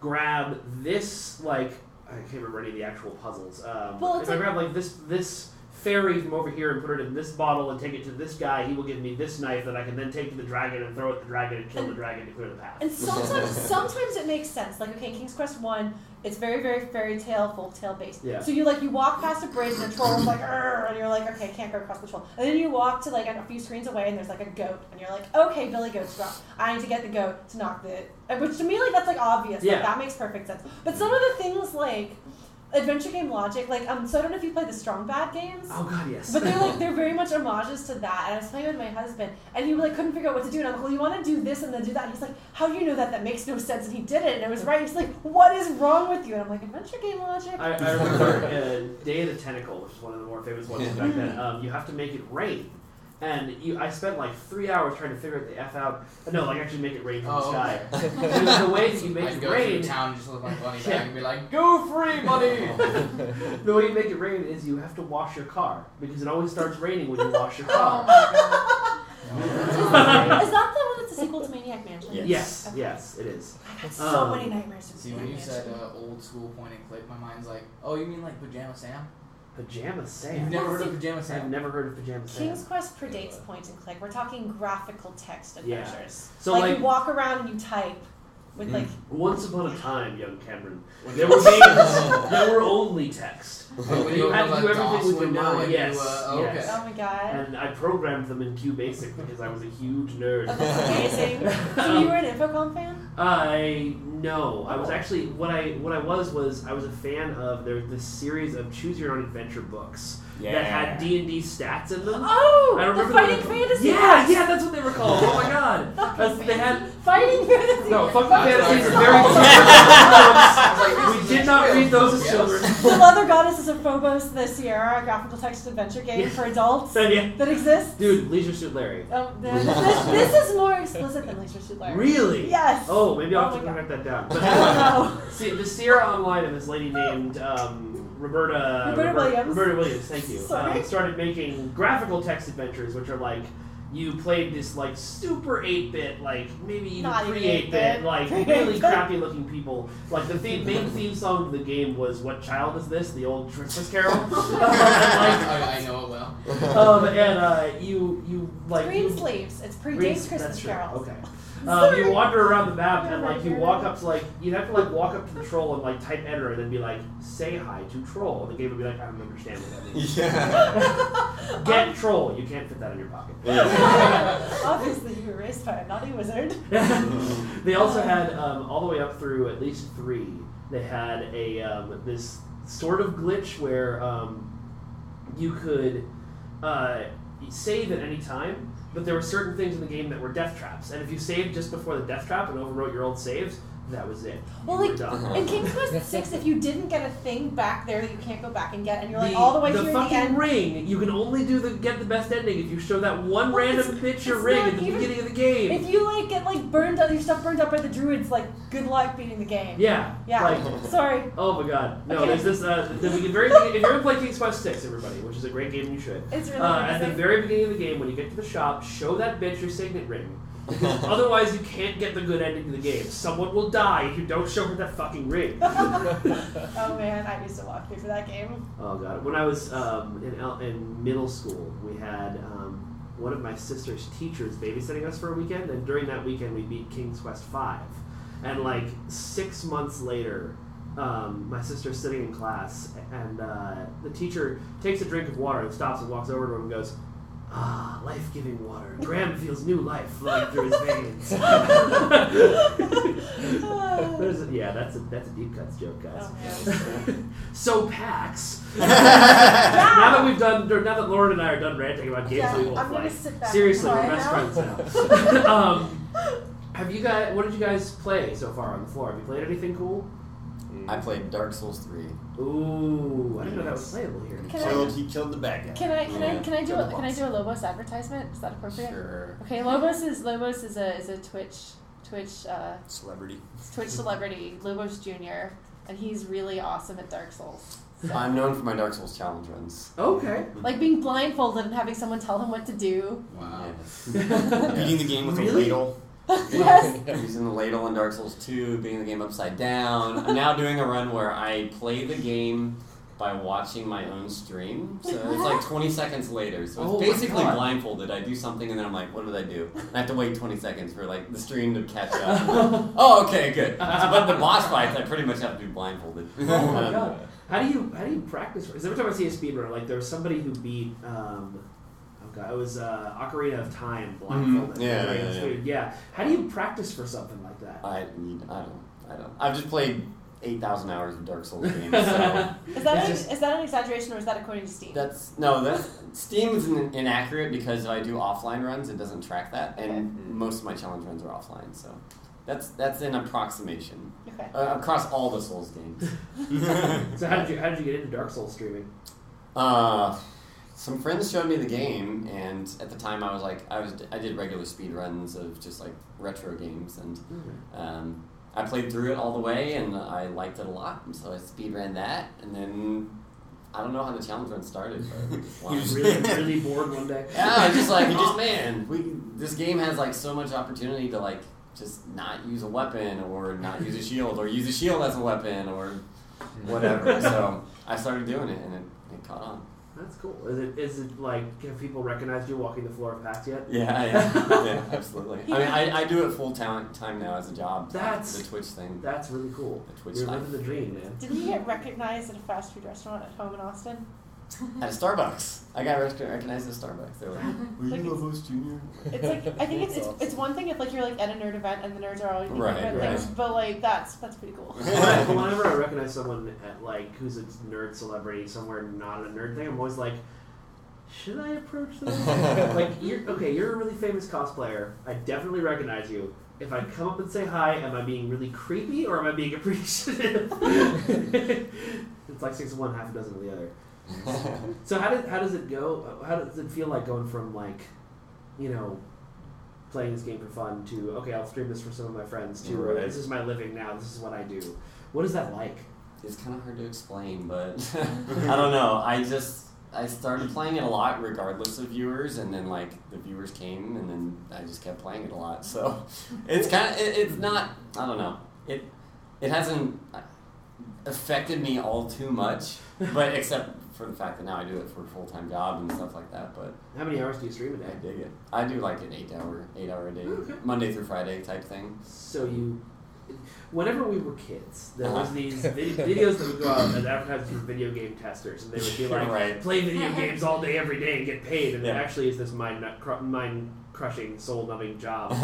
S1: grab this, like, I can't remember any of the actual puzzles. Um,
S3: Well,
S1: if
S3: it's
S1: I
S3: like-
S1: grab like this this fairy from over here and put it in this bottle and take it to this guy, he will give me this knife that I can then take to the dragon and throw at the dragon and kill the dragon to clear the path.
S3: And sometimes sometimes it makes sense. Like, okay, King's Quest 1, it's very, very fairy tale, folk tale based.
S1: Yeah.
S3: So you like, you walk past a bridge and a troll is like, "Arr," and you're like, okay, I can't go across the troll. And then you walk to like a few screens away and there's like a goat, and you're like, okay, Billy Goat's drunk. I need to get the goat to knock the. Which to me, like, that's like obvious.
S1: Yeah.
S3: Like, that makes perfect sense. But some of the things like adventure game logic, like, um, so I don't know if you play the Strong Bad games.
S1: Oh god, yes.
S3: But they're like they're very much homages to that. And I was playing with my husband, and he like couldn't figure out what to do. And I'm like, well, you want to do this and then do that. And he's like, how do you know that? That makes no sense. And he did it, and it was right. He's like, what is wrong with you? And I'm like, adventure game logic.
S1: I, I remember uh, Day of the Tentacle, which is one of the more famous ones back then. Um, you have to make it rain, and you, I spent like three hours trying to figure it the f out. uh, No, like actually make it rain from the
S5: Oh,
S1: sky.
S5: okay.
S1: Because the way that you make
S5: I'd
S1: it
S5: go
S1: rain,
S5: through town just with my bunny bag
S1: Yeah.
S5: and be like, "Go free, bunny!"
S1: the way you make it rain is you have to wash your car because it always starts raining when you wash your
S8: Oh
S1: car.
S8: my
S3: is that the one that's a sequel to Maniac Mansion?
S7: Yes.
S1: Yes,
S3: Okay.
S1: yes, it is.
S3: I had so
S1: Um,
S3: many nightmares. from
S5: See, when you
S3: Maniac
S5: said
S3: Mansion.
S5: uh, old school point and click, my mind's like, "Oh, you mean like Pajama Sam?"
S1: Pajama
S5: You've
S1: Sam.
S5: never heard of Pajama
S1: I've
S5: Sam?
S1: never heard of Pajama Sam.
S3: King's Quest predates point and click. We're talking graphical text
S1: Yeah.
S3: adventures.
S1: So,
S3: like,
S1: like- Mm.
S3: you walk around and you type with like
S1: Once upon a time, young Cameron, there were games that were only text.
S5: Oh, when
S1: You
S5: open
S1: had to
S5: up
S1: do everything
S5: DOS
S1: with
S5: window
S1: your mind.
S5: and
S1: Yes,
S5: You, uh, okay.
S1: yes.
S3: oh my god.
S1: and I programmed them in Q Basic because I was a huge nerd.
S3: Oh, that's amazing.
S1: Um,
S3: so you were an Infocom fan?
S1: I no, I was actually what I what I was was I was a fan of there was this series of choose your own adventure books that had D and D stats in them.
S3: Oh,
S1: I remember
S3: the fighting
S1: they were-
S3: fantasy.
S1: Yeah, yeah, that's what they were called. Oh my god, That's- they had
S3: Fighting fantasy.
S1: no fucking
S5: That's
S1: fantasies.
S5: what
S1: are
S5: I
S1: Very
S5: I was
S1: we did not read those as children.
S3: The Leather Goddesses of Phobos, the Sierra graphical text adventure game
S1: Yeah.
S3: for adults
S1: So, yeah.
S3: that exists.
S1: Dude, Leisure Suit Larry.
S3: Oh, this, this, this is more explicit than Leisure Suit Larry.
S1: Really?
S3: Yes.
S1: Oh, maybe I'll
S3: Oh
S1: have to
S3: my
S1: write that down.
S3: I don't know.
S1: See, the Sierra Online of this lady named um, Roberta,
S3: Roberta
S1: Robert-
S3: Williams.
S1: Roberta Williams, thank you.
S3: Sorry.
S1: Um, started making graphical text adventures, which are like you played this like super eight bit, like maybe even
S3: Not even
S1: pre eight bit,
S3: 8-bit.
S1: like really crappy looking people. Like the theme, main theme song of the game was "What Child Is This?" the old Christmas Carol. And,
S5: I, I know it well.
S1: like, um, and uh, you you like
S3: Green
S1: you-
S3: Sleeves. It's predates
S1: Reese-
S3: Christmas
S1: that's true.
S3: carols.
S1: Okay. Um, you wander around the map and like you walk up to like you'd have to like walk up to the troll and like type enter and then be like say hi to troll and the game would be like I don't understand what that means. Get troll. You can't fit that in your pocket.
S3: Obviously, you were raised by a naughty wizard.
S1: they also had um, all the way up through at least three. They had a um, this sort of glitch where um, you could uh, save at any time, but there were certain things in the game that were death traps, and if you saved just before the death trap and overwrote your old saves, that was it.
S3: Well,
S1: You were
S3: like,
S1: done.
S3: In King's Quest Six, if you didn't get a thing back there that you can't go back and get, and you're like
S1: the,
S3: all the way
S1: the
S3: here at the
S1: fucking
S3: end,
S1: ring. You can only do the get the best ending if you show that one
S3: Well,
S1: random
S3: it's-
S1: bitch your
S3: it's
S1: ring
S3: not
S1: at the
S3: even-
S1: beginning of the game.
S3: if you like get like burned up, your stuff burned up by the druids, like good luck beating the game.
S1: yeah.
S3: Yeah.
S1: Like,
S3: Sorry,
S1: Oh my god. No,
S3: Okay.
S1: there's this. Uh, the begin- very beginning, if you're playing King's Quest 6, everybody, which is a great game and you should,
S3: it's really
S1: uh, at the
S3: amazing.
S1: very beginning of the game, when you get to the shop, show that bitch your signet ring. Because otherwise, you can't get the good ending to the game. Someone will die if you don't show her that fucking ring.
S3: Oh man, I used to walk through for that game.
S1: Oh god! When I was um, in el- in middle school, we had um, one of my sister's teachers babysitting us for a weekend, and during that weekend, we beat King's Quest Five. And like six months later, um, my sister's sitting in class, and uh, the teacher takes a drink of water and stops and walks over to him and goes. Ah, life-giving water. Graham feels new life flowing through his veins.
S3: Oh,
S1: There's a- yeah, that's a that's a deep cuts joke, guys. so PAX. now that we've done, or now that Lauren and I are done ranting about games,
S3: Yeah,
S1: we will
S3: I'm gonna
S1: play.
S3: sit back
S1: Seriously,
S3: and
S1: we're
S3: cry
S1: best
S3: now.
S1: friends now. um, have you guys? What did you guys play so far on the floor? Have you played anything cool?
S7: I played Dark Souls 3.
S1: Ooh, I didn't know that was playable here.
S3: Can I-
S7: Killed, he killed the bad guy.
S3: Can I can I
S7: Yeah,
S3: can I do
S7: killed
S3: a,
S7: the
S3: can I
S7: boss.
S3: do a Lobos advertisement? Is that appropriate?
S7: Sure.
S3: Okay, Lobos is Lobos is a is a Twitch Twitch uh,
S7: Celebrity.
S3: Twitch celebrity Lobos Junior, and he's really awesome at Dark Souls.
S7: I'm known for my Dark Souls challenge runs.
S1: Okay.
S3: Like being blindfolded and having someone tell him what to do.
S5: Wow.
S7: Yes.
S6: Beating the game with
S1: Really?
S6: a ladle.
S3: yes.
S7: Using the ladle in Dark Souls 2, beating the game upside down. I'm now doing a run where I play the game by watching my own stream. So it's like 20 seconds later. So it's
S1: Oh my
S7: basically
S1: God.
S7: blindfolded. I do something and then I'm like, what did I do? And I have to wait 20 seconds for like the stream to catch up. oh, okay, good. So, but the boss fights, I pretty much have to do blindfolded.
S1: Oh my god! How do you how do you practice? Because every time I see a speedrunner, like there was somebody who beat. Um, oh god, it was uh, Ocarina of Time blindfolded.
S7: Mhm. Yeah,
S1: Like,
S7: yeah,
S1: it's
S7: yeah.
S1: weird. yeah. How do you practice for something like that?
S7: I, mean, I don't. I don't. I've just played 8,000 hours of Dark Souls games. So
S3: Is that
S1: It's
S3: an,
S1: just-
S3: is that an exaggeration or is that according to Steam?
S7: that's no. That's Steam is in, inaccurate because if I do offline runs, it doesn't track that, and most of my challenge runs are offline. So that's that's an approximation
S3: okay.
S7: uh, across all the Souls games.
S1: So how did you how did you get into Dark Souls streaming?
S7: Uh, some friends showed me the game, and at the time I was like, I was I did regular speed runs of just like retro games, and
S6: Hmm.
S7: um, I played through it all the way, and I liked it a lot, and so I speed ran that, and then I don't know how the challenge run started, but we just
S6: You
S7: launched.
S6: just-
S1: Really really bored one day.
S7: yeah, I was just like, oh, man, we this game has like so much opportunity to like just not use a weapon or not use a shield or use a shield as a weapon or whatever. so I started doing it, and it, it caught on.
S1: That's cool. Is it is it like have people recognized you walking the floor of PAX yet?
S7: Yeah, yeah, yeah, absolutely. I mean, I, I do it full time time now as a job.
S1: That's-
S7: the Twitch thing.
S1: That's really cool.
S7: The Twitch
S1: You're
S7: life.
S1: living the dream, man.
S3: Didn't you get recognized at a fast food restaurant at home in Austin?
S7: At Starbucks, I got rec- recognized at Starbucks. They were like, "Were
S3: Like-
S7: you Lovos Junior?"
S3: It's like I think it's, it's
S2: Awesome.
S3: it's one thing if like you're like at a nerd event and the nerds are always
S7: Right,
S3: different
S7: right.
S3: things, but like that's that's pretty cool.
S1: But Whenever I recognize someone at like who's a nerd celebrity somewhere not a nerd thing, I'm always like, should I approach them? like you're okay, you're a really famous cosplayer. I definitely recognize you. If I come up and say hi, am I being really creepy or am I being appreciative? it's like six of one, half a dozen of the other. So how did how does it go? How does it feel like going from like, you know, playing this game for fun to okay, I'll stream this for some of my friends to
S7: Right.
S1: this is my living now. This is what I do. What is that like?
S7: it's kind of hard to explain, but I don't know. I just I started playing it a lot, regardless of viewers, and then like the viewers came, and then I just kept playing it a lot. So it's kind of it, it's not I don't know it it hasn't uh, affected me all too much, but except for the fact that now I do it for a full time job and stuff like that. But
S1: How many hours do you stream a
S7: I
S1: day?
S7: dig it. I do like an eight hour, eight hour a day, Monday through Friday type thing.
S1: So you, whenever we were kids, there was
S7: Uh-huh.
S1: these vid- videos that would go out and advertise for video game testers, and they would be like,
S7: Right.
S1: play video games all day, every day, and get paid. And it
S7: Yeah.
S1: actually is this mind nut- cru- mind crushing, soul numbing job.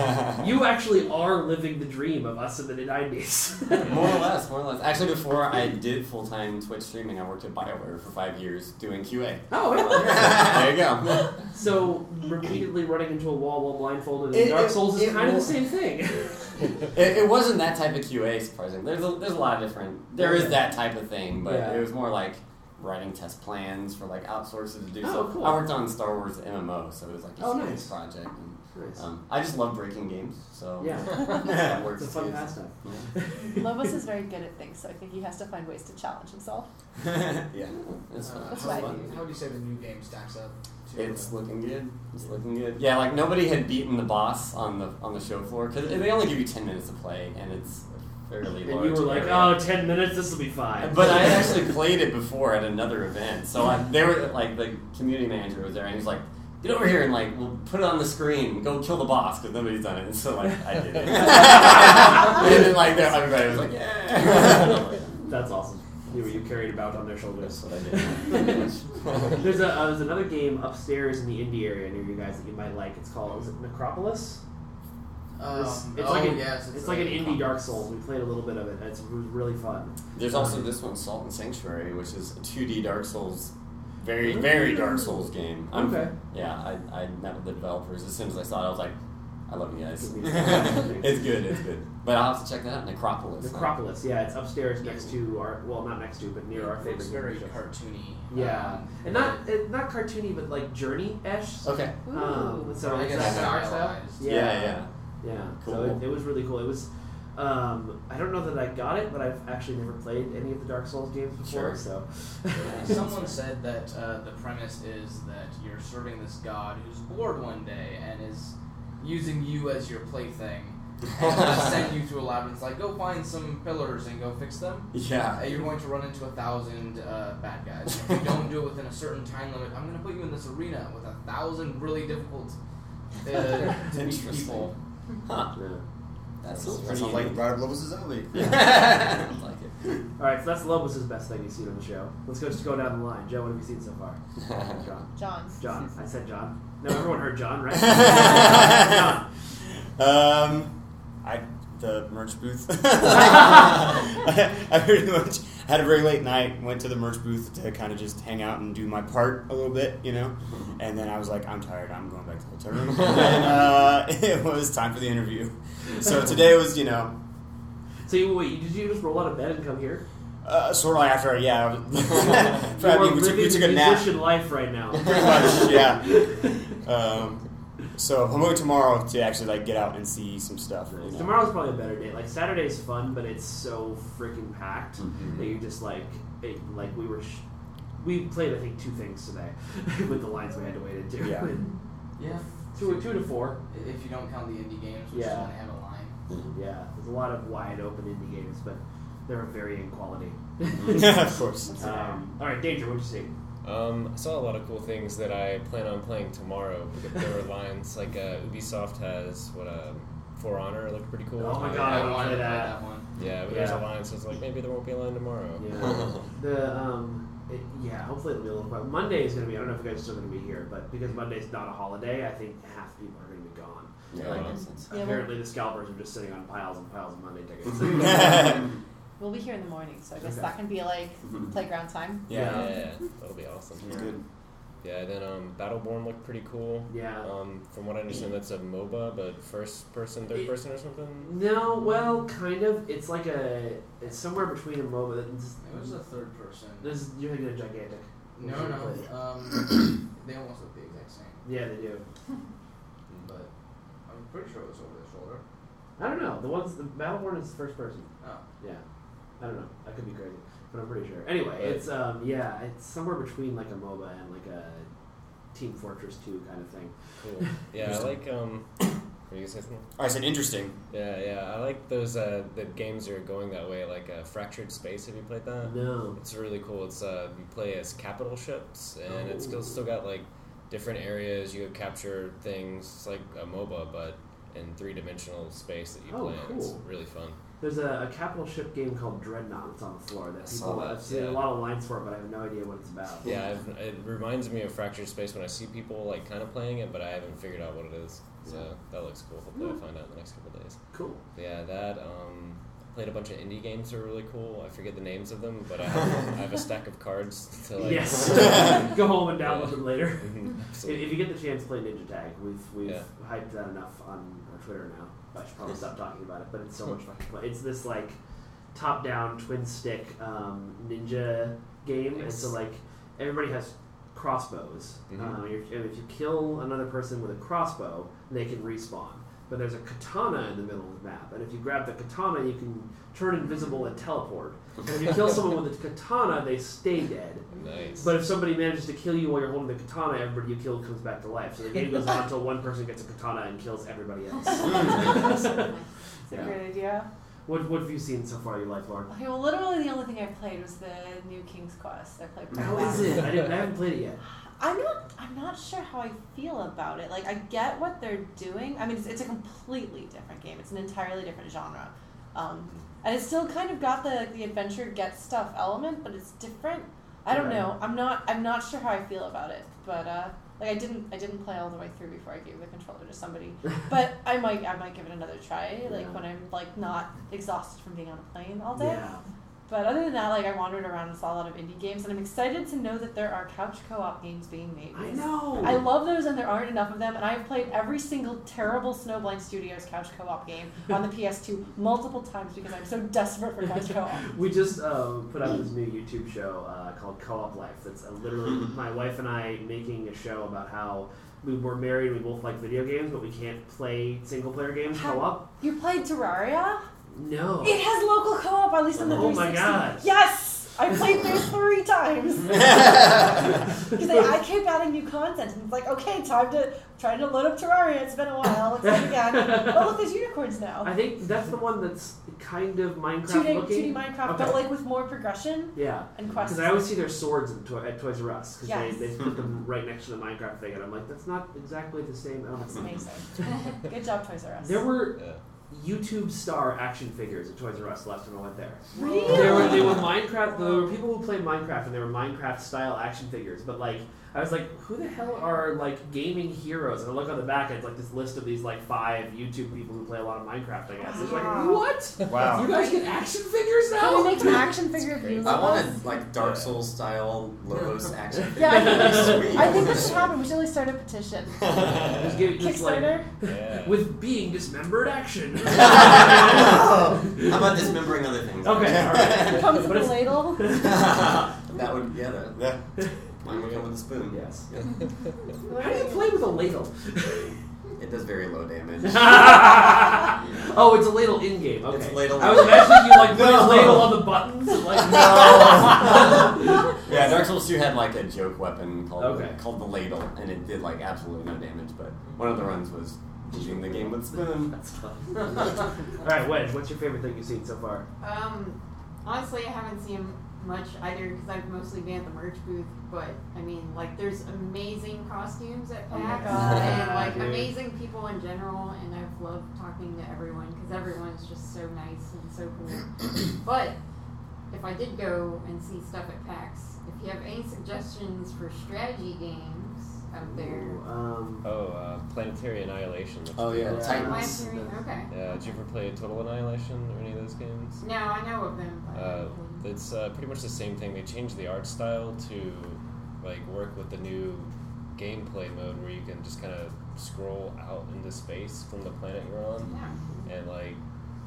S1: you actually are living the dream of us in the nineties.
S7: More or less, more or less. Actually, before I did full time Twitch streaming, I worked at Bioware for five years doing QA.
S1: oh, it was.
S7: there you go.
S1: so repeatedly running into a wall while blindfolded in
S7: It-
S1: Dark
S7: it-
S1: Souls is
S7: it
S1: kind of the
S7: will-
S1: same thing.
S7: It, it wasn't that type of QA, surprisingly. There's a, there's a lot of different. There is that type of thing, but
S1: Yeah.
S7: it was more like writing test plans for like outsources to do
S1: Oh,
S7: so.
S1: cool.
S7: I worked on Star Wars MMO, so it was like a
S1: Oh,
S7: huge
S1: nice.
S7: project. And,
S1: Nice.
S7: um, I just love breaking games, so
S1: Yeah.
S7: that works
S1: It's a fun
S7: too.
S1: pastime.
S9: Lobos is very good at things, so I think he has to find ways to challenge himself.
S7: yeah, it's fun.
S9: That's
S7: It's
S5: Uh, how,
S9: why I
S7: fun.
S9: do.
S5: how would you say the new game stacks up? To, uh,
S7: It's looking good. It's looking good. Yeah, like nobody had beaten the boss on the on the show floor because they only give you ten minutes to play, and it's a fairly
S1: And
S7: large.
S1: you were like,
S7: area.
S1: oh, 10 minutes, this will be fine.
S7: But I actually played it before at another event. So I, they were like the community manager was there, and he was like, "Get over here and like we'll put it on the screen. Go kill the boss because nobody's done it." And so like I did it, and then, like everybody was like, "Yeah."
S1: That's awesome. You were you carried about on their shoulders.
S7: That's what I did.
S1: There's a uh, there's another game upstairs in the indie area near you guys that you might like. It's called is it Necropolis?
S5: um,
S1: it's, it's
S5: oh,
S1: like an,
S5: yes,
S1: it's, like an indie Dark Souls. We played a little bit of it. It's re- really fun.
S7: There's also this one, Salt and Sanctuary, which is a 2D Dark Souls, very very Dark Souls game. I'm,
S1: Okay.
S7: Yeah, I, I met with the developers as soon as I saw it. I was like, "I love you guys.
S1: Give me some-
S7: it's good. It's good." But I'll have to check that out. Necropolis. huh?
S1: Necropolis, yeah, it's upstairs next to our well, not next to, but near our favorite.
S5: It's very
S1: game show.
S5: cartoony.
S1: Yeah,
S5: um,
S1: and not it, not cartoony, but like Journey esh.
S7: Okay.
S9: Ooh.
S1: Um, so
S5: I
S1: it's
S5: guess
S1: that kind of art style.
S5: stylized.
S1: Yeah,
S7: yeah. yeah.
S1: Yeah, so
S7: Cool.
S1: it, it was really cool. It was, um, I don't know that I got it, but I've actually never played any of the Dark Souls games before,
S7: Sure.
S1: so.
S5: Someone said that uh, the premise is that you're serving this god who's bored one day and is using you as your plaything. And Oh, just send you through a labyrinth. Like, go find some pillars and go fix them. Uh,
S7: Yeah.
S5: you're going to run into a thousand uh, bad guys. If you don't do it within a certain time limit, I'm going to put you in this arena with a thousand really difficult uh,
S7: It's interesting.
S5: people.
S7: Huh.
S1: Yeah.
S7: That's
S6: That
S7: pretty
S6: sounds like
S7: unique.
S6: Brad Lobos' movie.
S7: I like it.
S1: Alright, so that's Lobos' best thing you've seen on the show. Let's go just go down the line. Joe, what have you seen so far? John.
S9: John.
S1: John. I said John. No, everyone heard John, right? John.
S6: Um, I the merch booth. I, pretty much had a very late night. Went to the merch booth to kind of just hang out and do my part a little bit, you know. And then I was like, I'm tired. I'm going back to the hotel room. and, uh, it was time for the interview. So today was, you know,
S1: So, you, wait, did you just roll out of bed and come here?
S6: uh, sort of like after yeah.
S1: You
S6: I
S1: are
S6: mean, we, took,
S1: living
S6: we took
S1: the
S6: a nap.
S1: musician life right now.
S6: Pretty much, yeah. Um, so I'm going tomorrow to actually like get out and see some stuff. you know.
S1: Tomorrow's probably a better day. Like Saturday's fun, but it's so freaking packed
S7: Mhm.
S1: that you're just like, it, like we were, sh- we played I think two things today with the lines we had to wait into.
S6: Yeah.
S5: Yeah.
S1: two two to four.
S5: If you don't count the indie games, which
S1: Yeah.
S5: is when they have a line.
S1: Yeah, there's a lot of wide open indie games, but they're of varying quality.
S7: Mm-hmm.
S6: of course.
S1: um, all right, Danger, what'd you see?
S2: Um, I saw a lot of cool things that I plan on playing tomorrow. but There were lines like uh, Ubisoft has what um, For Honor looked pretty cool.
S1: Oh my God, I
S5: I
S1: wanna
S5: wanted
S1: play
S5: to play
S1: that.
S5: that one.
S2: Yeah, but there's a
S1: Yeah.
S2: line, so it's like maybe there won't be a line tomorrow.
S1: Yeah. The um, it, yeah, hopefully it'll be a little quiet. Monday is gonna be. I don't know if you guys are still gonna be here, but because Monday's not a holiday, I think half the people are gonna be gone.
S7: Yeah,
S2: Like,
S7: that makes sense.
S9: Yeah, we'll,
S1: Apparently, the scalpers are just sitting on piles and piles of Monday tickets.
S9: we'll be here in the morning, so I guess
S1: Okay.
S9: that can be like
S7: Mm-hmm.
S9: playground time.
S6: Yeah.
S2: Yeah, that'll be awesome.
S6: It's good.
S2: Yeah, then um, Battleborn looked pretty cool.
S1: yeah.
S2: Um, from what I understand, that's a MOBA, but first person, third
S1: It-
S2: person, or something.
S1: No, well, kind of. It's like a. It's somewhere between a MOBA. It's,
S5: It was a third person.
S1: this, you're thinking of gigantic.
S5: No, no. Um, they almost look the exact same,
S1: Yeah, they do.
S5: but I'm pretty sure it was over the shoulder.
S1: I don't know. The ones the Battleborn is first person.
S5: Oh.
S1: Yeah. I don't know. I could be crazy, but I'm pretty sure. Anyway, it's um yeah, it's somewhere between like a MOBA and like a Team Fortress Two kind of thing.
S2: Cool. Yeah, I like. Um, were you gonna say something?
S6: I said interesting.
S2: Yeah, yeah, I like those. Uh, the games that are going that way, like uh, Fractured Space. Have you played that?
S1: No.
S2: It's really cool. It's uh, you play as capital ships, and it's still,
S1: Oh.
S2: still got like different areas. You capture things. It's like a MOBA, but in three dimensional space that you
S1: Oh,
S2: play. in. It's
S1: cool.
S2: really fun.
S1: There's a, a capital ship game called Dreadnought that's on the floor that
S2: I
S1: people
S2: saw that,
S1: I've seen a
S2: yeah.
S1: lot of lines for it, but I have no idea what it's about.
S2: Yeah, I've, it reminds me of Fractured Space when I see people like kind of playing it, but I haven't figured out what it is. So that looks cool. Hopefully, I'll find out in the next couple of days.
S1: Cool.
S2: Yeah, that. Um, I played a bunch of indie games that were really cool. I forget the names of them, but I have, I have a stack of cards to like.
S1: yes. Go home and download
S2: Yeah.
S1: them later.
S2: Mhm,
S1: if,
S2: absolutely.
S1: if you get the chance, play Ninja Tag. We've we've
S2: Yeah.
S1: hyped that enough on our Twitter now. I should probably stop talking about it, but it's so much fun. to play. It's this like top-down twin stick um, ninja game, and so like everybody has crossbows.
S2: Mhm.
S1: Uh, you're- and if you kill another person with a crossbow, they can respawn. But there's a katana in the middle of the map, and if you grab the katana, you can turn invisible and teleport. And if you kill someone with a katana, they stay dead.
S2: Nice.
S1: But if somebody manages to kill you while you're holding the katana, everybody you kill comes back to life. So the game goes on until one person gets a katana and kills everybody else.
S3: It's a
S1: Yeah.
S3: great idea.
S1: What, what have you seen so far, you like, Lord?
S3: Okay, well, literally the only thing I played was the new King's Quest. I played.
S1: How is it? I, didn't, I haven't played it yet.
S3: I'm not. I'm not sure how I feel about it. Like I get what they're doing. I mean, it's, it's a completely different game. It's an entirely different genre, um, and it's still kind of got the the adventure get stuff element, but it's different. I don't
S1: Right.
S3: know. I'm not. I'm not sure how I feel about it. But uh, like I didn't. I didn't play all the way through before I gave the controller to somebody. But I might. I might give it another try. Like
S1: Yeah.
S3: when I'm like not exhausted from being on a plane all day.
S1: Yeah.
S3: But other than that, like I wandered around and saw a lot of indie games, and I'm excited to know that there are couch co-op games being made.
S1: I know.
S3: I love those, and there aren't enough of them. And I've played every single terrible Snowblind Studios couch co-op game on the PS2 multiple times because I'm so desperate for couch co-op.
S1: We just um, put out this new YouTube show uh, called Co-op Life. That's uh, literally my wife and I making a show about how we were married. We both like video games, but we can't play single-player games
S3: How-
S1: co-op.
S3: You played Terraria?
S1: No.
S3: It has local co-op, at least on the
S1: Oh my
S3: 360.
S1: gosh.
S3: Yes, I played through three times. Because I I keep adding new content, and it's like, okay, time to try to load up Terraria. It's been a while. Let's do it again. oh look, there's unicorns now.
S1: I think that's the one that's kind of Minecraft
S3: 2D,
S1: looking.
S3: 2D Minecraft,
S1: Okay.
S3: but like with more progression
S1: yeah.
S3: and quests.
S1: Because I always see their swords in Toy- at Toys R Us because
S3: Yes.
S1: they, they put them right next to the Minecraft thing, and I'm like, that's not exactly the same element.
S3: It's amazing. Good job, Toys R Us.
S1: There were
S2: Yeah.
S1: YouTube star action figures at Toys R Us last time I went there.
S3: Really?
S1: There were, they
S3: Oh.
S1: were Minecraft. There were people who played Minecraft, and they were Minecraft style action figures. But like, I was like, who the hell are like gaming heroes? And I look on the back, and it's like this list of these like five YouTube people who play a lot of Minecraft. I guess it's like
S3: Wow.
S1: what?
S6: Wow.
S1: You guys get action figures
S3: Can we
S1: now?
S3: make an action figure of you?
S7: I want
S3: Lobos?
S7: a like Dark Souls style Lobos action figure.
S3: Yeah, I think,
S7: Sweet.
S3: I think this should happen. We should at least start a petition.
S1: Just give- just, like,
S3: Kickstarter?
S2: Yeah.
S1: with being dismembered action.
S7: Um, How about dismembering other things?
S1: Okay, all right.
S3: Comes with
S1: But
S3: a
S1: it's-
S3: ladle.
S7: that would yeah. That, Mine would come with a spoon.
S1: Yes.
S7: Yeah.
S1: How do you play with a ladle?
S7: It does very low damage.
S1: oh, it's a ladle in game. Okay.
S7: It's ladle
S1: I was imagining you like put a
S7: No.
S1: ladle on the buttons. And, like
S7: yeah, Dark Souls 2 had like a joke weapon called
S1: Okay.
S7: called the ladle, and it did like absolutely no damage. But one of the runs was beating the game with spoon.
S1: That's fun. All right, Wedge. What's your favorite thing you've seen so far?
S8: Um, honestly, I haven't seen much either because I've mostly been at the merch booth. But I mean, like, there's amazing costumes at
S3: Oh my
S8: PAX
S3: God.
S8: and like
S1: Dude.
S8: amazing people in general. And I've loved talking to everyone because everyone is just so nice and so cool. but if I did go and see stuff at PAX, if you have any suggestions for strategy games out there,
S1: Ooh, um,
S2: Oh, uh, Planetary Annihilation.
S7: Oh yeah,
S1: Yeah.
S8: my
S7: Titans.
S8: opinion, okay.
S2: Yeah, Uh, did you ever play Total Annihilation or any of those games?
S8: No, I know of them. But
S2: Uh, it's uh, pretty much the same thing. They changed the art style to like work with the new gameplay mode where you can just kind of scroll out into space from the planet you're on
S8: yeah,
S2: and like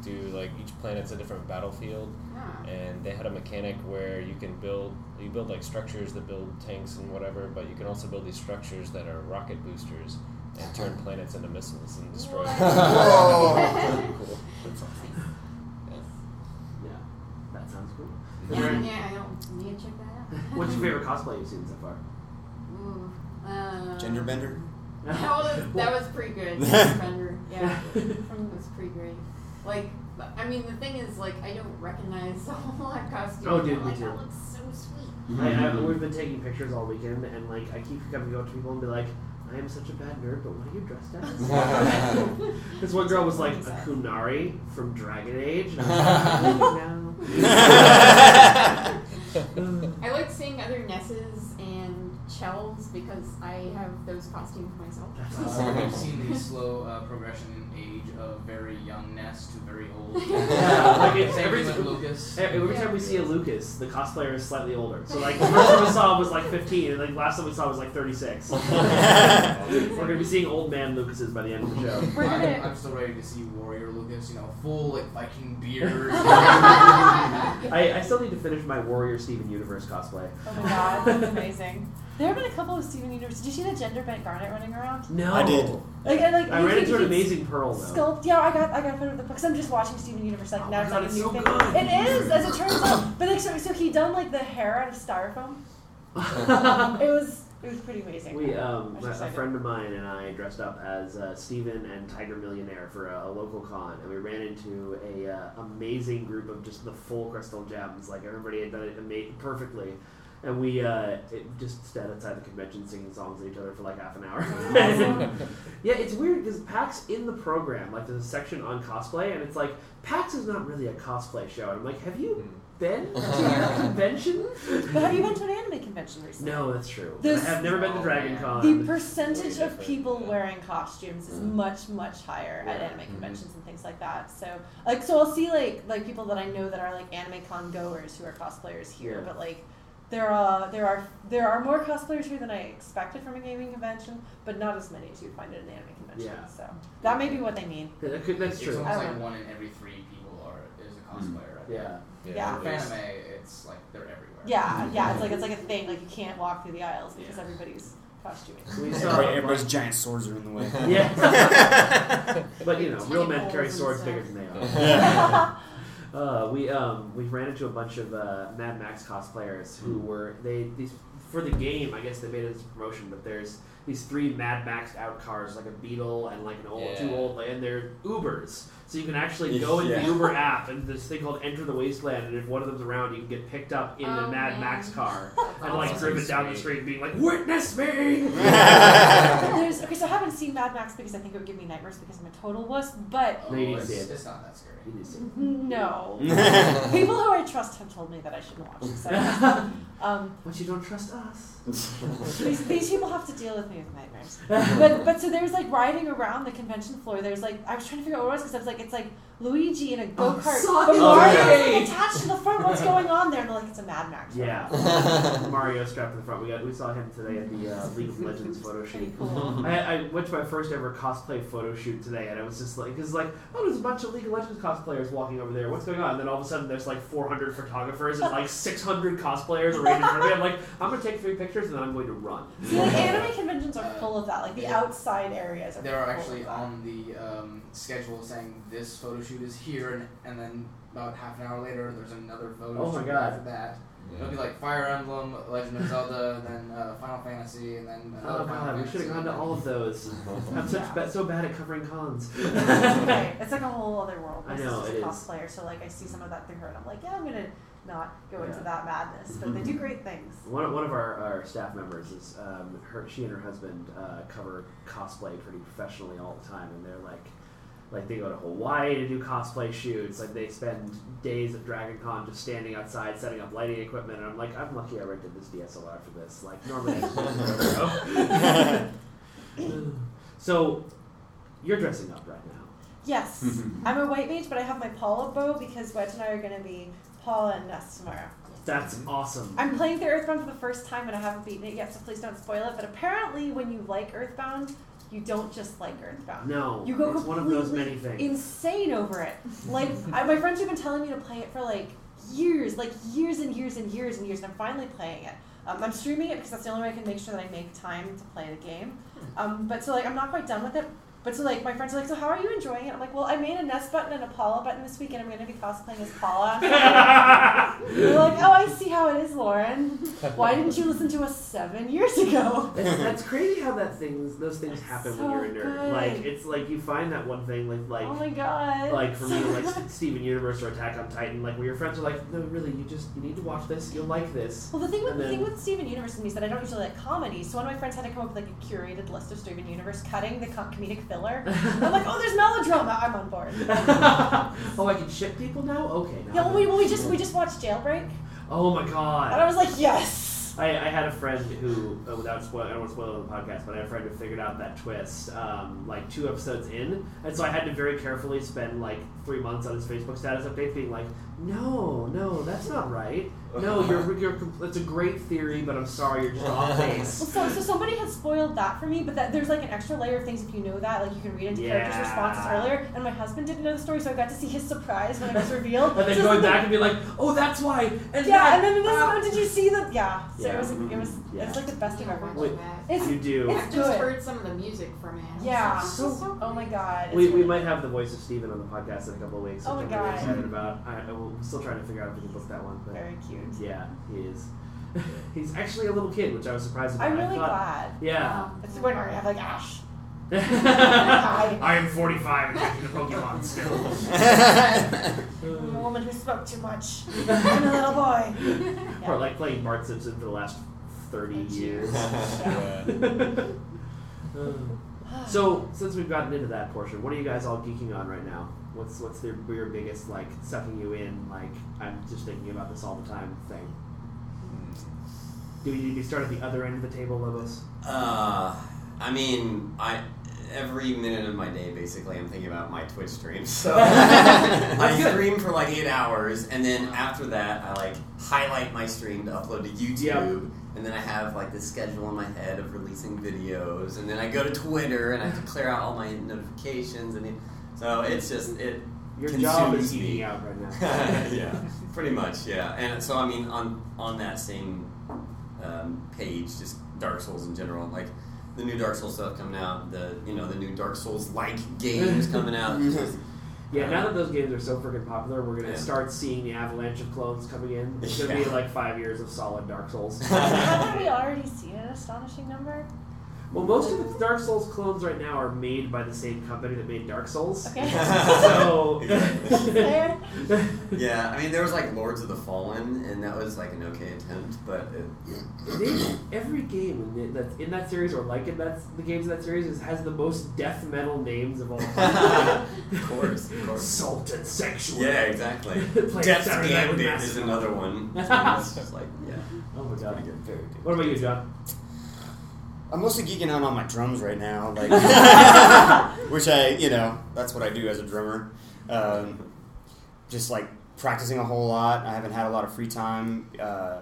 S2: do like each planet's a different battlefield
S8: yeah.
S2: and they had a mechanic where you can build you build like structures that build tanks and whatever but you can also build these structures that are rocket boosters and turn planets into missiles and destroy them. cool.
S1: yeah, that sounds cool.
S8: Yeah, yeah, I don't need to check that out.
S1: What's your favorite cosplay you've seen so far?
S8: Ooh, uh,
S7: Gender bender.
S8: That was, that was pretty good. Gender, yeah, that was pretty great. Like, but- I mean, the thing is, like, I don't recognize the whole lot of costumes.
S1: Oh, dude,
S8: I'm
S1: me
S8: like,
S1: too.
S8: That looks so
S10: sweet.
S1: I, I, we've been taking pictures all weekend, and like I keep coming up to people and be like, "I am such a bad nerd, but what are you dressed as?" Because one girl was like a kunari from Dragon Age. And I was like, "No."
S8: I like seeing other Nesses and Chells because I have those costumes myself.
S5: Uh, we've seen the slow uh, progression in age of very young Ness to very old.
S1: Yeah, like it's
S5: Same
S1: every
S5: with
S1: time, e-,
S5: Lucas.
S1: Every, every time we see a Lucas, the cosplayer is slightly older. So like the first time we saw him was like 15, and like last time we saw him was like 36. We're gonna be seeing old man Lucases by the end of the show.
S5: I'm, I'm still ready to see Warrior Lucas, you know, full like Viking beard.
S1: I, I still need to finish my Warrior Steven Universe cosplay.
S3: Oh my god, that's amazing. There have been a couple of Steven Universe. Did you see the gender bent Garnet running around?
S1: No,
S6: I did.
S3: Like, I, like,
S1: I
S3: you
S1: ran into
S3: can-
S1: an
S3: you can
S1: amazing pearl though.
S3: Sculpt. Yeah, I got I got a photo of the because I'm just watching Steven Universe like now. It's
S1: God,
S3: like
S1: Oh,
S3: a
S1: it's
S3: new
S1: so
S3: thing.
S1: good.
S3: It is, as it turns out. But like, so, so he done like the hair out of styrofoam. it was it was pretty amazing.
S1: We, um,
S3: I was
S1: a a
S3: excited.
S1: friend of mine and I dressed up as uh, Steven and Tiger Millionaire for a, a local con, and we ran into a uh, amazing group of just the full crystal gems. Like everybody had done it ama- perfectly, and we uh, it just sat outside the convention singing songs at each other for like half an hour. yeah, it's weird because PAX in the program, like there's a section on cosplay, and it's like PAX is not really a cosplay show. And I'm like, have you been to your convention?
S3: But have you been to an anime convention recently?
S1: No, that's true.
S3: This-
S1: I have never been to
S5: Oh,
S1: Dragon
S5: man.
S1: Con.
S3: The percentage of people wearing costumes is much, much higher at
S1: Mm. Yeah. Mm-hmm.
S3: anime conventions and things like that. So, like, so I'll see like like people that I know that are like anime con goers who are cosplayers here,
S1: Yeah.
S3: but like there are there are there are more cosplayers here than I expected from a gaming convention, but not as many as you'd find at an anime convention.
S1: Yeah.
S3: So that may be what they mean.
S1: That could- That's
S5: It's
S1: true. Hmm.
S5: almost like
S3: Okay.
S5: one in every three people are is a cosplayer. Right?
S1: Yeah.
S3: Yeah.
S5: For anime, it's like they're everywhere.
S3: Yeah, yeah. It's like it's like a thing. Like you can't walk through the aisles because everybody's costuming.
S1: We saw,
S6: Everybody, everybody's giant swords are in the way.
S1: Yeah. but you know, real men
S8: Tentacles
S1: carry
S8: and
S1: swords
S8: stuff.
S1: bigger than they are. Uh, we um, we ran into a bunch of uh, Mad Max cosplayers who were they these for the game. I guess they made this promotion, but there's these three Mad Max out cars, like a Beetle and like an old two
S7: Yeah.
S1: old, and they're Ubers. So you can actually go into
S11: Yeah.
S1: the Uber app and this thing called Enter the Wasteland, and if one of them's around, you can get picked up in the
S8: Oh,
S1: Mad
S8: man.
S1: Max car and like
S11: That's
S1: driven down the
S11: sweet.
S1: street, being like, "Witness me!"
S3: There's, okay, so I haven't seen Mad Max because I think it would give me nightmares because I'm a total wuss, but
S5: Oh,
S1: No, you
S5: it's,
S1: didn't see it.
S5: it's not that scary.
S3: no. People who I trust have told me that I shouldn't watch it. So, um,
S1: But you don't trust us.
S3: these, these people have to deal with me with nightmares. But but so there's like riding around the convention floor. There's like I was trying to figure out what it was because I was like it's like Luigi in a
S5: Oh,
S3: go kart,
S1: saw
S3: but
S1: it.
S3: Mario's
S1: Okay.
S3: like attached to the front. What's going on there? And they're like it's a Mad Max. ride.
S1: Yeah. Mario strapped to the front. We got we saw him today at the uh, League of Legends photo shoot.
S3: Pretty cool.
S1: I, I went to my first ever cosplay photo shoot today, and I was just like, because like, oh, there's a bunch of League of Legends cosplayers walking over there. What's going on? And then all of a sudden, there's like 400 photographers and like 600 cosplayers arranged in front of me. I'm like, I'm gonna take three pictures and then I'm going to run.
S3: See, like anime conventions are full of that. Like the
S5: Yeah.
S3: outside areas are.
S5: They are
S3: full of
S5: actually
S3: that.
S5: on the um, schedule saying this photo shoot is here, and, and then about half an hour later, there's another photo
S1: Oh my
S5: shoot
S1: God.
S5: after that. It'll be like Fire Emblem, Legend of Zelda, then uh, Final Fantasy, and then another
S1: Oh
S5: Final
S1: god, we
S5: Fantasy.
S1: should have gone to all of those. I'm such ba- so bad at covering cons.
S3: Right. It's like a whole other world.
S1: I
S3: My
S1: know,
S3: sister's
S1: it
S3: a
S1: is.
S3: cosplayer, so like I see some of that through her, and I'm like, yeah, I'm gonna not go
S1: Yeah. Mm-hmm.
S3: into that madness. But they do great things.
S1: One of, one of our, our staff members is um, her. She and her husband uh, cover cosplay pretty professionally all the time, and they're like, like they go to Hawaii to do cosplay shoots. Like they spend days at Dragon Con just standing outside setting up lighting equipment. And I'm like, I'm lucky I rented this DSLR for this. Like normally, I just use a GoPro. so you're dressing up right now.
S3: Yes, I'm a white mage, but I have my Paula bow because Wedge and I are gonna be Paula and Ness tomorrow.
S1: That's awesome.
S3: I'm playing through Earthbound for the first time, and I haven't beaten it yet, so please don't spoil it. But apparently, when you like Earthbound, you don't just like Earthbound.
S1: no,
S3: You go
S1: it's one of those
S3: completely
S1: many things.
S3: insane over it. Like I, my friends have been telling me to play it for like years, like years and years and years and years, and I'm finally playing it. Um, I'm
S1: Hmm.
S3: streaming it because that's the only way I can make sure that I make time to play the game. Um, but so like I'm not quite done with it, But so like my friends are like, so how are you enjoying it? I'm like, well, I made a Nest button and a Paula button this weekend. I'm gonna be cosplaying as Paula. They're like, oh, I see how it is, Lauren. Why didn't you listen to us seven years ago?
S1: That's, that's crazy how that things those things happen
S3: so
S1: when you're a nerd.
S3: good.
S1: Like it's like you find that one thing like like
S3: oh my god.
S1: like for me like St- Steven Universe or Attack on Titan like where your friends are like no really you just you need to watch this you'll like this.
S3: Well, the thing with
S1: And
S3: the thing
S1: then-
S3: with Steven Universe and me is that I don't usually like comedy. So one of my friends had to come up with like a curated list of Steven Universe, cutting the com- comedic filler. I'm like, oh, there's melodrama. I'm on board.
S1: oh, I can ship people now. Okay. Now
S3: Yeah,
S1: I'm
S3: well, we, well, we just we just watched Jailbreak,
S1: Oh my god.
S3: and I was like, yes.
S1: I, I had a friend who, uh, without spoil, I don't want to spoil it on the podcast, but I had a friend who figured out that twist um, like two episodes in, and so I had to very carefully spend like three months on his Facebook status update, being like, "No, no, that's not right. No, you're, you're com- that's a great theory, but I'm sorry, you're just off base."
S3: Well, so, so somebody had spoiled that for me, but that, there's like an extra layer of things if you know that, like you can read into characters'
S1: Yeah.
S3: responses earlier. And my husband didn't know the story, so I got to see his surprise when it was revealed.
S1: And then
S3: So
S1: going
S3: it's like-
S1: back and be like, "Oh, that's why." And
S3: yeah,
S1: that,
S3: and then this
S1: ah."
S3: one, did you see the? Yeah, so
S1: Yeah.
S3: it was it was
S1: Yeah.
S3: it's like the best of ever.
S12: Watch
S1: Wait,
S12: that.
S3: It's
S1: you do.
S12: I
S3: it's
S12: just
S3: good.
S12: heard some of the music from it. I was
S3: Yeah.
S12: like, this is so
S3: Oh my god. it's
S1: We, we
S3: really-
S1: might have the voice of Steven on the podcast in a couple of weeks, which
S3: Oh my
S1: I'm
S3: God.
S1: really excited about. I, I will, I'm still trying to figure out if we can book that one. But
S3: very cute.
S1: yeah, he is. He's actually a little kid, which I was surprised about.
S3: I'm
S1: I
S3: really
S1: thought-
S3: glad.
S1: Yeah.
S12: Um,
S3: It's when I have like Ash.
S1: I am 45 and taking the Pokemon still. Mm.
S3: I'm a woman who spoke too much. I'm a little boy.
S1: Or like playing Bart Simpson for the last 30 years.
S13: Yeah.
S1: so, since we've gotten into that portion, what are you guys all geeking on right now? What's what's their, your biggest, like, sucking you in, like, I'm just thinking about this all the time thing? Do we need to start at the other end of the table, Lobos?
S7: Uh, I mean, I every minute of my day, basically, I'm thinking about my Twitch stream. So I
S1: good.
S7: stream for like eight hours, and then after that, I like highlight my stream to upload to YouTube, and then I have like this schedule in my head of releasing videos, and then I go to Twitter and I have to clear out all my notifications, and it- so it's just it.
S1: Your job is
S7: Consumes me.
S1: geeking out right now.
S7: yeah, pretty much. Yeah, and so I mean, on on that same um, page, just Dark Souls in general, like the new Dark Souls stuff coming out, the you know the new Dark Souls like games coming out. It's just-
S1: Yeah, now that those games are so freaking popular, we're gonna
S7: Yeah.
S1: start seeing the avalanche of clones coming in. It's gonna be
S7: Yeah.
S1: like five years of solid Dark Souls.
S3: Haven't we already seen an astonishing number?
S1: well, most of the Dark Souls clones right now are made by the same company that made Dark Souls.
S3: Okay.
S1: So,
S3: Fair.
S7: yeah, I mean there was like Lords of the Fallen, and that was like an okay attempt, but it,
S1: They- every game in that- that's in that series or like in that the games in that series is, has the most death metal names of all time.
S7: of course, of course.
S1: Salt and sexual.
S7: Yeah, exactly.
S1: Play
S7: Death's
S1: Saturday Night with
S7: Gambit is
S1: Master.
S7: another one. It's just like yeah,
S1: Oh my
S7: pretty
S1: god.
S7: good, very good.
S1: What about you, John?
S6: I'm mostly geeking out on my drums right now, like which I, you know, that's what I do as a drummer. Um, just like practicing a whole lot. I haven't had a lot of free time uh,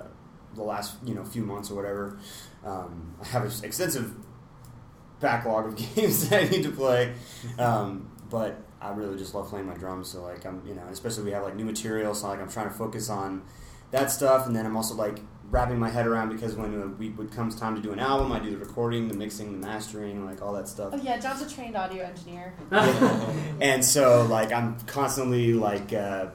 S6: the last, you know, few months or whatever. Um, I have an extensive backlog of games that I need to play, um, but I really just love playing my drums. So like I'm, you know, especially we have like new material, so like I'm trying to focus on that stuff, and then I'm also like wrapping my head around because when uh, we when it comes time to do an album, I do the recording, the mixing, the mastering, like all that stuff.
S3: Oh yeah, John's a trained audio engineer.
S6: And so like I'm constantly like uh,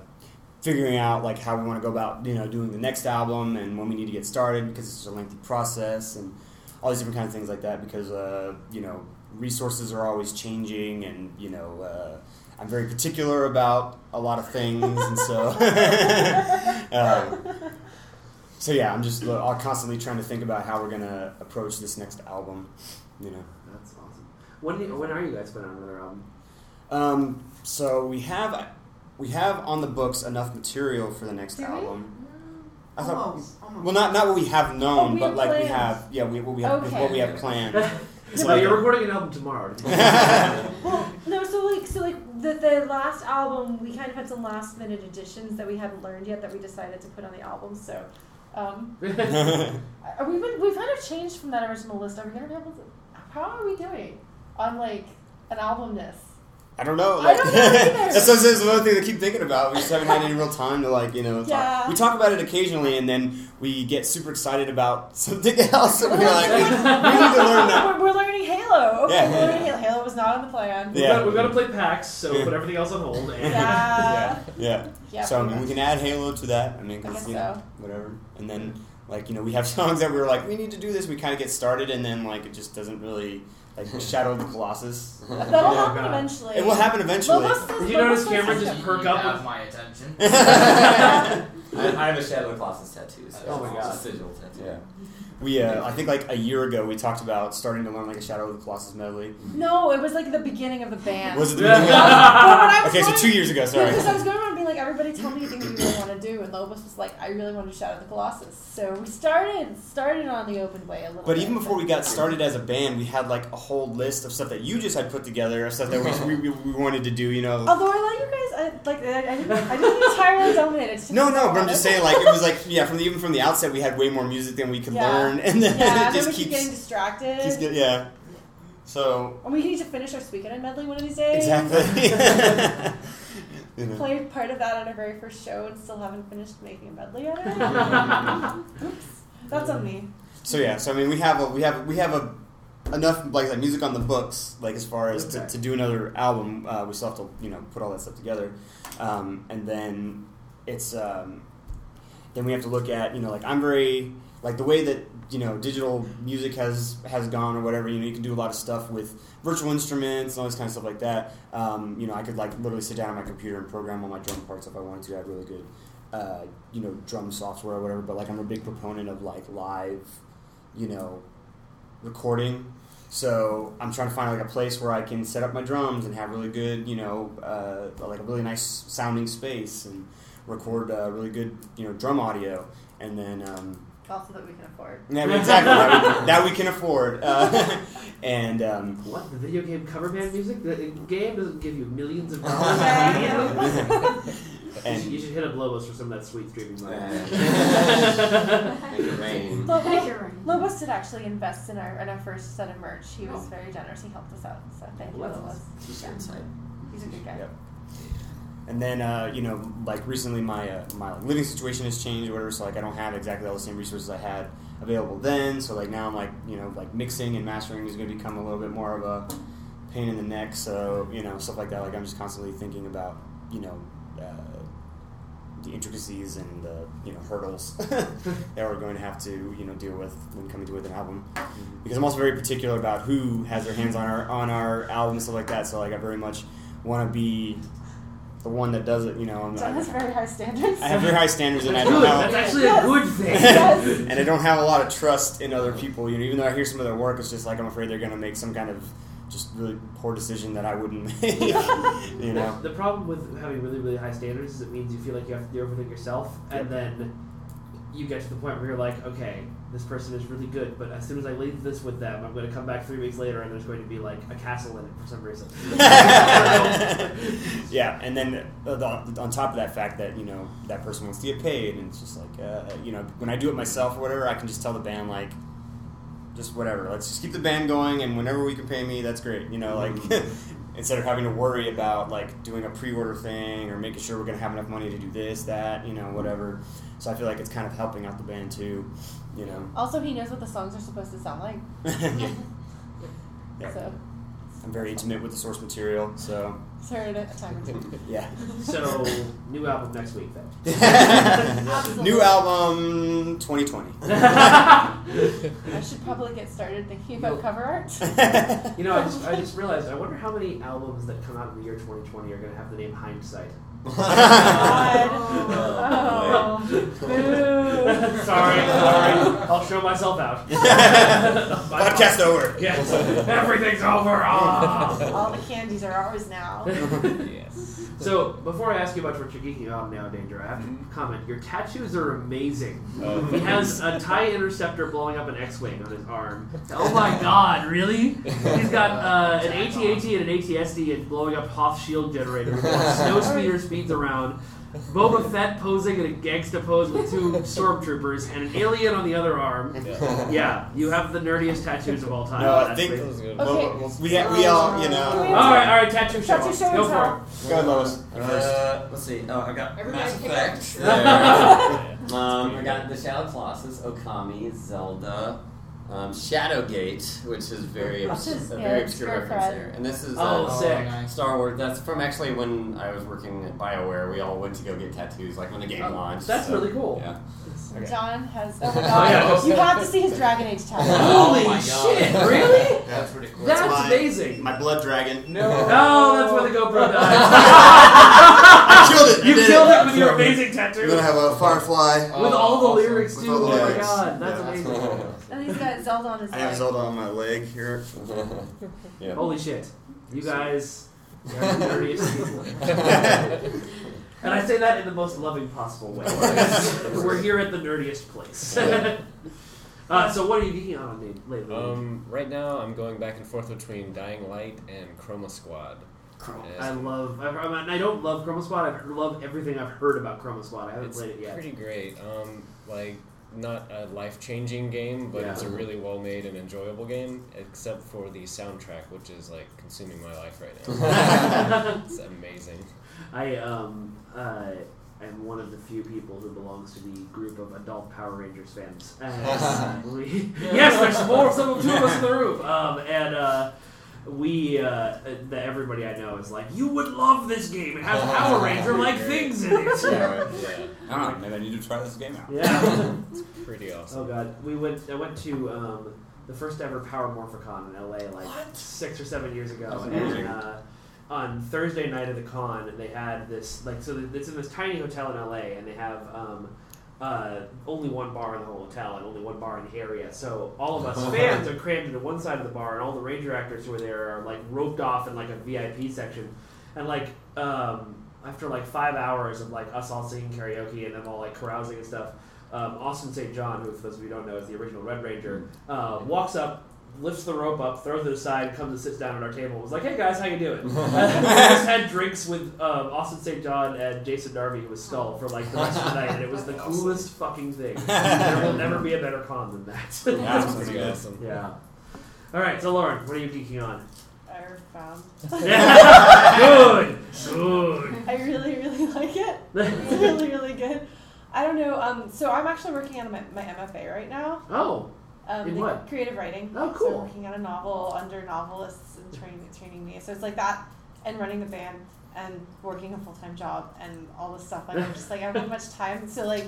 S6: figuring out like how we want to go about you know doing the next album and when we need to get started because it's a lengthy process and all these different kinds of things like that because uh, you know resources are always changing and you know uh, I'm very particular about a lot of things and so um, so yeah I'm just uh, constantly trying to think about how we're gonna approach this next album you know.
S1: That's awesome. When do you- when are you guys putting out another album?
S6: Um, so we have we have on the books enough material for the next
S3: Do we?
S6: album. I thought,
S12: Almost, almost.
S6: well, not not what we have known,
S3: Oh, we
S6: but
S3: have
S6: like we
S3: plans.
S6: have, yeah, we, what we have,
S3: Okay.
S6: what we have planned. It's
S1: well,
S6: like-
S1: you're recording an album tomorrow.
S3: Well, no, so like, so like the, the last album, we kind of had some last minute additions that we hadn't learned yet that we decided to put on the album. So, um, are we been, we've kind of changed from that original list. Are we gonna be able to? How are we doing on like an albumness?
S6: I don't know.
S9: I
S6: Like,
S9: don't know either.
S6: that's what- that's one thing I keep thinking about. We just haven't had any real time to like you know. Talk.
S9: Yeah.
S6: We talk about it occasionally, and then we get super excited about something else, and we're like, we need to learn that.
S3: We're, we're learning Halo. Okay,
S6: Yeah.
S3: we're learning Halo. Halo was not on the plan.
S6: Yeah.
S1: We've got to play PAX, so put everything else on hold. And
S3: Yeah.
S6: Yeah.
S3: Yeah,
S6: so I
S3: pretty
S6: mean, we can add Halo to that. I mean, 'cause,
S3: I guess
S6: you know,
S3: so.
S6: whatever. And then like you know, we have songs that we're like, we need to do this. We kind of get started, and then like it just doesn't really like Shadow of the Colossus.
S3: That'll
S1: Oh,
S3: happen
S1: God.
S3: eventually.
S6: It will happen eventually.
S3: Well, most of
S1: Did
S3: those-
S1: you notice
S3: most of those
S1: Cameron
S3: systems-
S1: just perk
S5: you
S1: up
S5: have
S1: with-
S5: my attention.
S7: I, I have a Shadow of Colossus tattoo. So
S5: Oh my
S7: it's
S5: God.
S7: a sigil tattoo.
S6: Yeah. We, uh, I think like a year ago, we talked about starting to learn like a Shadow of the Colossus medley.
S3: No, it was like the beginning of the band.
S6: Was it the
S1: Yeah.
S6: beginning of-
S3: But when I was
S6: Okay, so
S3: going-
S6: two years ago, sorry.
S3: Because I was going around being like, everybody tell me things you really want to do, and Lobos was like, I really want to shout out the Colossus. So we started started on the open way a little.
S6: But
S3: bit.
S6: even before we got started as a band, we had like a whole list of stuff that you just had put together, of stuff that we, we, we wanted to do, you know.
S3: although I let you guys, I, like I, I didn't, I didn't entirely dominate. It just
S6: No,
S3: took
S6: no,
S3: a
S6: but I'm
S3: while.
S6: just saying, like, it was like, yeah, from the, even from the outset, we had way more music than we could
S3: Yeah.
S6: learn, and then
S3: yeah, and
S6: it
S3: then
S6: just
S3: we keep getting
S6: keeps,
S3: distracted.
S6: keeps get, yeah. So,
S3: and we need to finish our Speaking in medley one of these days.
S6: exactly. you know.
S3: Played part of that on our very first show and still haven't finished making a medley on it. Oops, that's on me.
S6: So yeah, so I mean, we have a we have we have a enough like, like music on the books, like as far as to,
S1: Okay.
S6: to do another album. Uh, we still have to you know put all that stuff together, um, and then it's um, then we have to look at you know like I'm very like the way that you know digital music has has gone or whatever. You know, you can do a lot of stuff with virtual instruments and all this kind of stuff like that. Um, you know, I could like literally sit down on my computer and program all my drum parts if I wanted to. I have really good. Uh, you know, drum software or whatever, but like I'm a big proponent of like live you know, recording. So I'm trying to find like a place where I can set up my drums and have really good, you know, uh, like a really nice sounding space and record uh, really good, you know, drum audio. And then, um,
S9: Also that we can afford.
S6: yeah, exactly that, we, that we can afford. Uh, and um,
S1: What? The video game cover band music? The game doesn't give you millions of dollars immediately?
S6: and
S1: You should, you should hit up Lobos for some of that sweet streaming money.
S7: Yeah. Make it rain.
S3: Lobo-
S8: You're right.
S3: Lobos did actually invest in our in our first set of merch. He was very generous. He helped us out, so thank you,
S1: Well,
S3: Lobos.
S7: T-shirt site.
S3: He's a good guy.
S6: Yep. And then uh, you know, like recently, my uh, my living situation has changed or whatever. So like, I don't have exactly all the same resources I had available then. So like now, I'm like you know, like mixing and mastering is going to become a little bit more of a pain in the neck. So you know, stuff like that. Like I'm just constantly thinking about you know. Uh, the intricacies and the you know hurdles that we're going to have to you know deal with when coming to with an album, because I'm also very particular about who has their hands on our on our album and stuff like that. So like I very much want to be the one that does it. You know, and
S3: John has
S6: I,
S3: very high standards.
S6: I have very high standards and I
S1: That's
S6: don't
S1: good. That's
S6: have
S1: actually a
S3: Yes.
S1: good thing.
S3: Yes.
S6: and I don't have a lot of trust in other people. You know, even though I hear some of their work, it's just like I'm afraid they're going to make some kind of just really poor decision that I wouldn't make. you know.
S1: The problem with having really, really high standards is it means you feel like you have to do everything yourself, and then you get to the point where you're like, okay, this person is really good, but as soon as I leave this with them, I'm going to come back three weeks later and there's going to be like a castle in it for some reason.
S6: yeah, and then uh, the, on top of that fact that you know that person wants to get paid, and it's just like uh, you know when I do it myself or whatever, I can just tell the band like just whatever, let's just keep the band going, and whenever we can pay me, that's great. You know, like instead of having to worry about like doing a pre-order thing or making sure we're gonna have enough money to do this, that, you know, whatever. So I feel like it's kind of helping out the band too, you know.
S3: Also, he knows what the songs are supposed to sound like.
S6: yeah. Yeah.
S3: So,
S6: I'm very intimate with the source material, so
S3: it's heard it a time or two.
S6: yeah.
S1: so, new album next week then.
S6: New album 2020.
S3: I should probably get started thinking about cover art.
S1: You know, I just, I just realized, I wonder how many albums that come out in the year 2020 are going to have the name Hindsight.
S3: God.
S7: Oh,
S3: Oh.
S1: sorry, sorry. I'll show myself out.
S6: Podcast over.
S1: Yes, everything's over.
S3: Boo.
S1: Ah.
S3: All the candies are ours now.
S7: yes.
S1: So, before I ask you about what you're geeking on now, Danger, I have to
S6: Mm-hmm.
S1: comment. Your tattoos are amazing.
S6: Oh,
S1: He has a TIE interceptor blowing up an X Wing on his arm. Oh my god, really? He's got uh, an AT AT and an ATSD and blowing up Hoth shield generator with a snow speeders speeds around. Boba Fett posing in a gangsta pose with two stormtroopers and an alien on the other arm.
S6: Yeah.
S1: Yeah, you have the nerdiest tattoos of all time.
S6: No, Uh, I
S1: That's
S6: think
S1: me.
S6: well, we, we all, you know.
S1: All right, all right, tattoo show.
S14: Tattoo show
S1: Go
S14: is
S1: for it.
S6: Go, Lois. You're first.
S7: Uh, let's see. Oh, I got
S8: Everybody
S7: Mass
S8: pick
S7: Effect.
S8: up.
S7: There. um, I got the Shadow Colossus, Okami, Zelda, um, Shadowgate, which is very obs-
S14: This is-
S7: a
S14: yeah,
S7: very
S14: it's
S7: obscure
S14: very
S7: reference
S14: fried.
S7: there. And this is
S1: Oh,
S7: uh,
S1: sick.
S7: Star Wars. That's from actually when I was working at Bioware. We all went to go get tattoos, like when the game
S1: Oh,
S7: launched.
S1: that's
S7: so,
S1: really cool.
S7: Yeah.
S3: John has. Oh my
S1: yeah.
S3: god! You have to see his Dragon Age tattoo.
S1: Holy
S7: Oh my
S1: shit!
S7: God.
S1: Really?
S5: That's pretty cool.
S1: That's
S6: my-
S1: amazing.
S6: My blood dragon.
S1: No, that's where the GoPro
S6: I
S1: dies.
S6: killed it. I
S1: you
S6: did
S1: killed it with your
S6: That's right.
S1: amazing tattoo.
S6: We're gonna have a firefly.
S1: with all the
S5: Oh, Awesome.
S1: lyrics,
S6: With
S1: dude.
S6: all the
S1: Oh my
S6: lyrics.
S1: god, that's
S6: Yeah.
S1: amazing.
S3: And he's got Zelda on his.
S6: I have
S3: leg.
S6: Zelda on my leg here.
S7: yeah.
S1: Holy shit. You guys are the nerdiest people. And I say that in the most loving possible way. We're here at the nerdiest place. uh, so what are you geeking out on lately?
S2: Um, right now, I'm going back and forth between Dying Light and Chroma Squad. It's
S1: I love. I, I, mean, I don't love Chroma Squad. I love everything I've heard about Chroma Squad. I haven't
S2: It's
S1: played it yet.
S2: pretty great. Um, like not a life-changing game, but it's a
S1: Yeah.
S2: really well-made and enjoyable game. Except for the soundtrack, which is like consuming my life right now. it's amazing.
S1: I um uh, am one of the few people who belongs to the group of adult Power Rangers fans. And we, yes, there's more. Some two of us in the room. Um, and uh, we, uh, the, everybody I know is like, you would love this game. It has Power Ranger like things in it.
S7: Yeah, right.
S2: Yeah,
S15: I don't know, maybe I need to try this game out.
S1: Yeah.
S2: pretty
S1: Oh
S2: awesome.
S1: god, we went. I went to um, the first ever Power Morphicon in LA, like six or seven years ago,
S7: amazing.
S1: and uh, on Thursday night of the con, they had this like so. It's in this tiny hotel in LA, and they have. Um, uh, only one bar in the whole hotel and only one bar in the area. So all of us fans are crammed into one side of the bar, and all the ranger actors who are there are like roped off in like a VIP section. And like um, after like five hours of like us all singing karaoke and them all like carousing and stuff, um, Austin St. John, who for those of you who don't know is the original Red Ranger, uh, walks up. Lifts the rope up, throws it aside, comes and sits down at our table. and Was like, "Hey guys, how you doing?" we just had drinks with um, Austin St. John and Jason Darby, who was Skull, for like the rest of the night, and it was the coolest fucking thing. There will never be a better con than that.
S6: That's pretty
S2: pretty
S6: good.
S2: awesome.
S1: yeah. All right, so Lauren, what are you geeking on?
S3: Earthbound.
S1: good, good.
S3: I really, really like it. It's really, really good. I don't know. Um, so I'm actually working on my, my MFA right now.
S1: oh,
S3: Um,
S1: In
S3: the
S1: what?
S3: Creative writing.
S1: Oh,
S3: So
S1: cool.
S3: I'm working on a novel under novelists and training training me. So it's like that, and running the band, and working a full time job, and all this stuff. Like I'm just like I don't have much time. So like,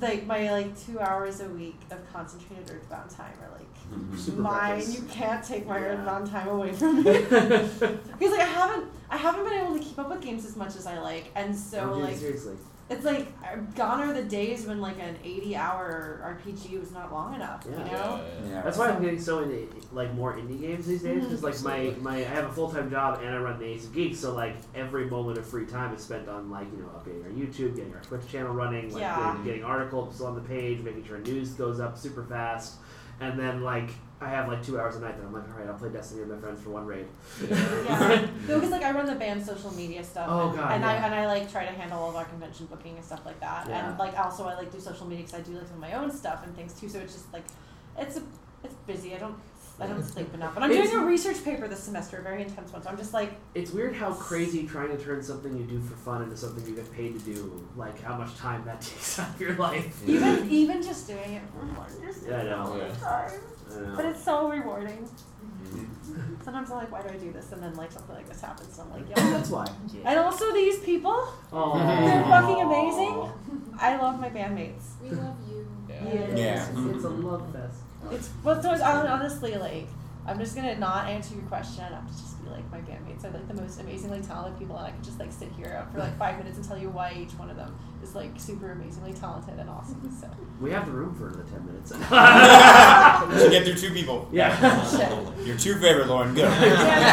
S3: like my like two hours a week of concentrated Earthbound time are like
S7: Mm-hmm.
S1: super
S3: mine.
S1: practice.
S3: You can't take my
S1: Yeah.
S3: Earthbound time away from me. Because like I haven't I haven't been able to keep up with games as much as I like, and so
S1: Dude,
S3: like
S1: seriously.
S3: it's like uh, gone are the days when like an eighty hour RPG was not long enough.
S1: Yeah.
S3: You know.
S15: Yeah.
S1: That's why I'm getting so into like more indie games these days
S3: Mm-hmm.
S1: because like my, my I have a full time job and I run the Ace of Geeks, so like every moment of free time is spent on like you know updating our YouTube, getting our Twitch channel running, like
S3: Yeah.
S1: getting, getting articles on the page, making sure news goes up super fast, and then like I have like two hours a night that I'm like, all right, I'll play Destiny with my friends for one raid.
S3: Yeah. no, because like I run the band social media stuff,
S1: Oh,
S3: and,
S1: God,
S3: and I
S1: yeah.
S3: and I like try to handle all of our convention booking and stuff like that,
S1: Yeah.
S3: and like also I like do social media because I do like some of my own stuff and things too. So it's just like, it's a, it's busy. I don't. I don't sleep enough, and I'm
S1: It's-
S3: doing a research paper this semester, a very intense one. So I'm just like,
S1: It's weird how crazy trying to turn something you do for fun into something you get paid to do, like how much time that takes out of your life.
S3: even even just doing it for fun, just
S1: Yeah, I know.
S2: Yeah.
S3: time.
S1: I know.
S3: But it's so rewarding. Sometimes I'm like, why do I do this? And then like something like this happens, and I'm like,
S1: Oh,
S3: yeah.
S1: that's why.
S3: And also these people,
S1: Aw.
S3: They're fucking amazing. I love my bandmates.
S8: We love you.
S2: Yeah.
S15: Yeah.
S1: It's, it's a love fest.
S3: It's well, so it's hon- honestly like I'm just gonna not answer your question. I'm just be like my bandmates are like the most amazingly talented people, and I could just like sit here for like five minutes and tell you why each one of them is like super amazingly talented and awesome. So
S1: We have the room for another 10 minutes.
S6: You should get through two people.
S1: yeah.
S3: shit.
S6: Your two favorite, Lauren. Go.
S3: Damn it.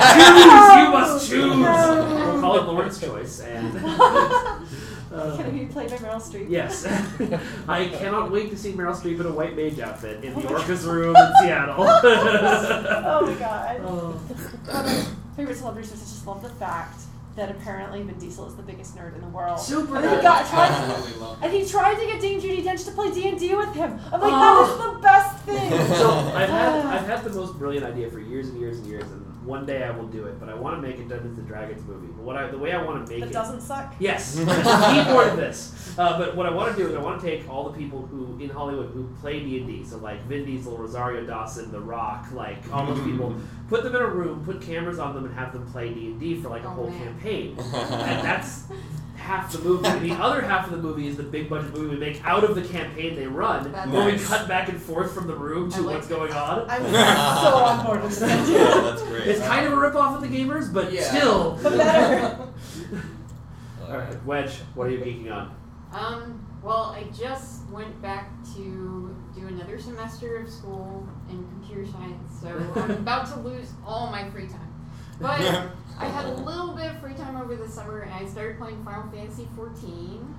S1: choose! You must choose!
S3: No.
S1: We'll call it Lauren's Choice. And.
S3: Can
S1: Uh,
S3: I be played by Meryl Streep?
S1: yes. I cannot wait to see Meryl Streep in a white mage outfit in the Orca's room in Seattle.
S3: oh my god.
S1: Oh.
S3: Favorite celebrities. I just love the fact
S9: that apparently Vin Diesel is the biggest nerd in the world.
S8: Super.
S9: And he got tried
S5: Absolutely love
S9: and he tried to get Dame Judy Dench to play D and D with him. I'm like, that
S1: Oh.
S9: is the best thing.
S1: So I've had I've had the most brilliant idea for years and years and years, and one day I will do it. But I want to make a Dungeons and Dragons movie. But what I the way I want to make
S9: That
S1: it
S9: doesn't suck.
S1: Yes, keyboard of this. Uh, but what I want to do is I want to take all the people who in Hollywood who play D and D, so like Vin Diesel, Rosario Dawson, The Rock, like all those people, put them in a room, put cameras on them, and have them play D and D for like a
S8: Oh,
S1: whole
S8: man.
S1: campaign. And that's half the movie. The other half of the movie is the big budget movie we make out of the campaign they run,
S8: That's
S1: where we
S7: nice.
S1: cut back and forth from the room to
S8: I like
S1: what's going on.
S9: I'm so on board with this idea.
S7: That's great.
S1: It's kind of a ripoff of the gamers, but
S5: Yeah.
S1: still.
S9: But better.
S1: All right, Wedge, what are you geeking on?
S8: Um, well, I just went back to do another semester of school in computer science, so I'm about to lose all my free time. But I had a little bit of free time over the summer, and I started playing Final Fantasy 14.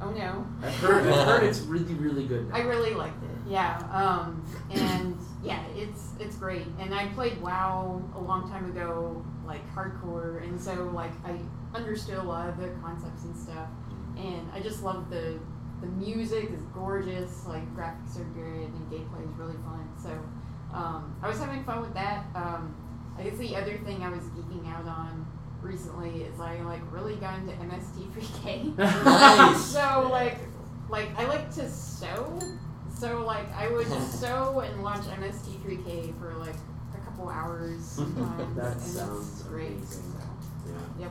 S8: Oh no,
S1: I've heard, I've heard it's really, really good.
S8: I really liked it. Yeah, um, and yeah, it's it's great. And I played WoW a long time ago, like hardcore, and so like I understood a lot of the concepts and stuff. And I just love the the music is gorgeous, like graphics are good, and gameplay is really fun. So um, I was having fun with that. Um, I guess the other thing I was geeking out on recently is I like really got into MST3K.
S7: Nice.
S8: so like like I like to sew. So like I would sew and watch MST3K for like a couple hours sometimes.
S1: That
S8: and
S1: sounds
S8: it's great.
S1: amazing.
S8: So,
S1: um, Yeah.
S8: yep.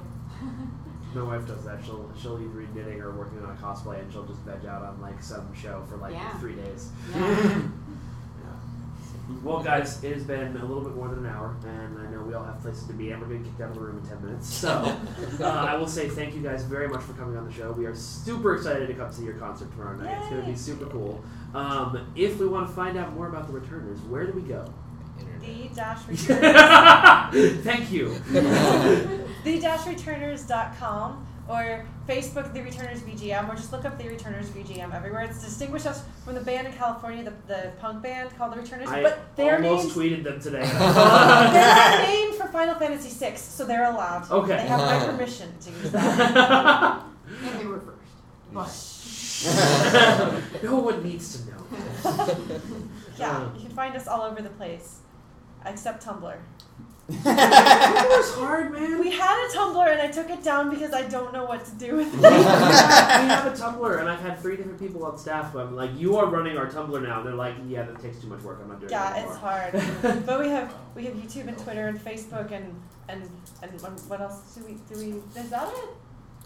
S1: My wife does that. She'll she'll either be knitting or working on a cosplay, and she'll just veg out on like some show for like
S8: Yeah.
S1: three days.
S8: yeah.
S1: Well, guys, it has been a little bit more than an hour, and I know we all have places to be, and we're getting kicked out of the room in ten minutes. So uh, I will say thank you guys very much for coming on the show. We are super excited to come see your concert tomorrow night. It's going to be super cool. Um, if we want to find out more about the returners, where do we go?
S3: The dash
S1: thank you.
S3: the-returners.com or Facebook The Returners VGM or just look up The Returners VGM everywhere. It's distinguished us from the band in California, the, the punk band called The Returners,
S1: I
S3: but their
S1: almost
S3: names
S1: tweeted them today.
S3: they're named for Final Fantasy VI, so they're allowed.
S1: Okay.
S3: They have my permission to use that.
S1: no
S8: And they were first. But
S1: one needs to know.
S3: Yeah, you can find us all over the place. Except Tumblr.
S1: That was hard, man.
S3: We had a Tumblr and I took it down because I don't know what to do with it.
S1: we have a Tumblr, and I've had three different people on staff who I'm like, "You are running our Tumblr now." They're like, "Yeah, that takes too much work. I'm not doing
S3: Yeah,
S1: it
S3: it's
S1: anymore."
S3: hard. But we have we have YouTube and Twitter and Facebook and and and what- what else do we do we is that it?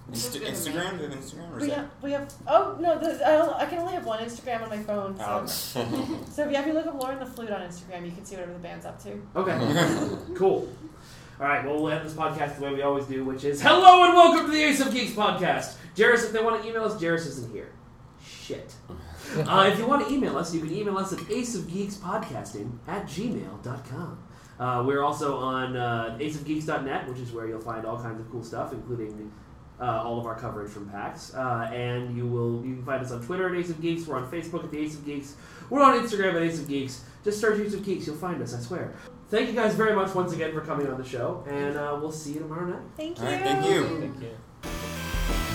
S6: Inst- Instagram? Do we have Instagram? Or is
S3: We
S6: that-
S3: have we have oh no the, I, don't, I can only have one Instagram on my phone. So,
S7: Oh.
S3: so if you have you look up Lauren the flute on Instagram, you can see whatever the band's up to.
S1: okay, cool. All right, well, we'll end this podcast the way we always do, which is hello and welcome to the Ace of Geeks podcast. Jairus, if they want to email us, Jairus isn't here. Shit. Uh, if you want to email us, you can email us at aceofgeekspodcasting at gmail.com. Uh, we're also on uh, aceofgeeks.net, which is where you'll find all kinds of cool stuff, including uh, all of our coverage from PAX. Uh, and you will you can find us on Twitter at Ace of Geeks. We're on Facebook at the Ace of Geeks. We're on Instagram at Ace of Geeks. Just search Ace of Geeks, you'll find us, I swear. Thank you guys very much once again for coming on the show, and uh, we'll see you tomorrow night.
S3: Thank you.
S6: All right, thank you.
S2: Thank you.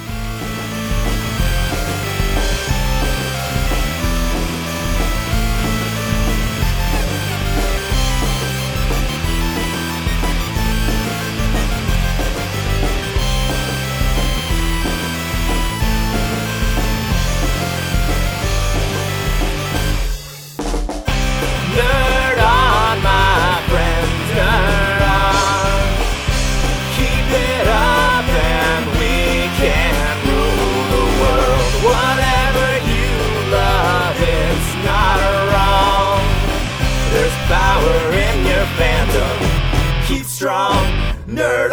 S16: Nerd on, my friends, nerd on. Keep it up and we can rule the world. Whatever you love, it's not wrong. There's power in your fandom. Keep strong, nerd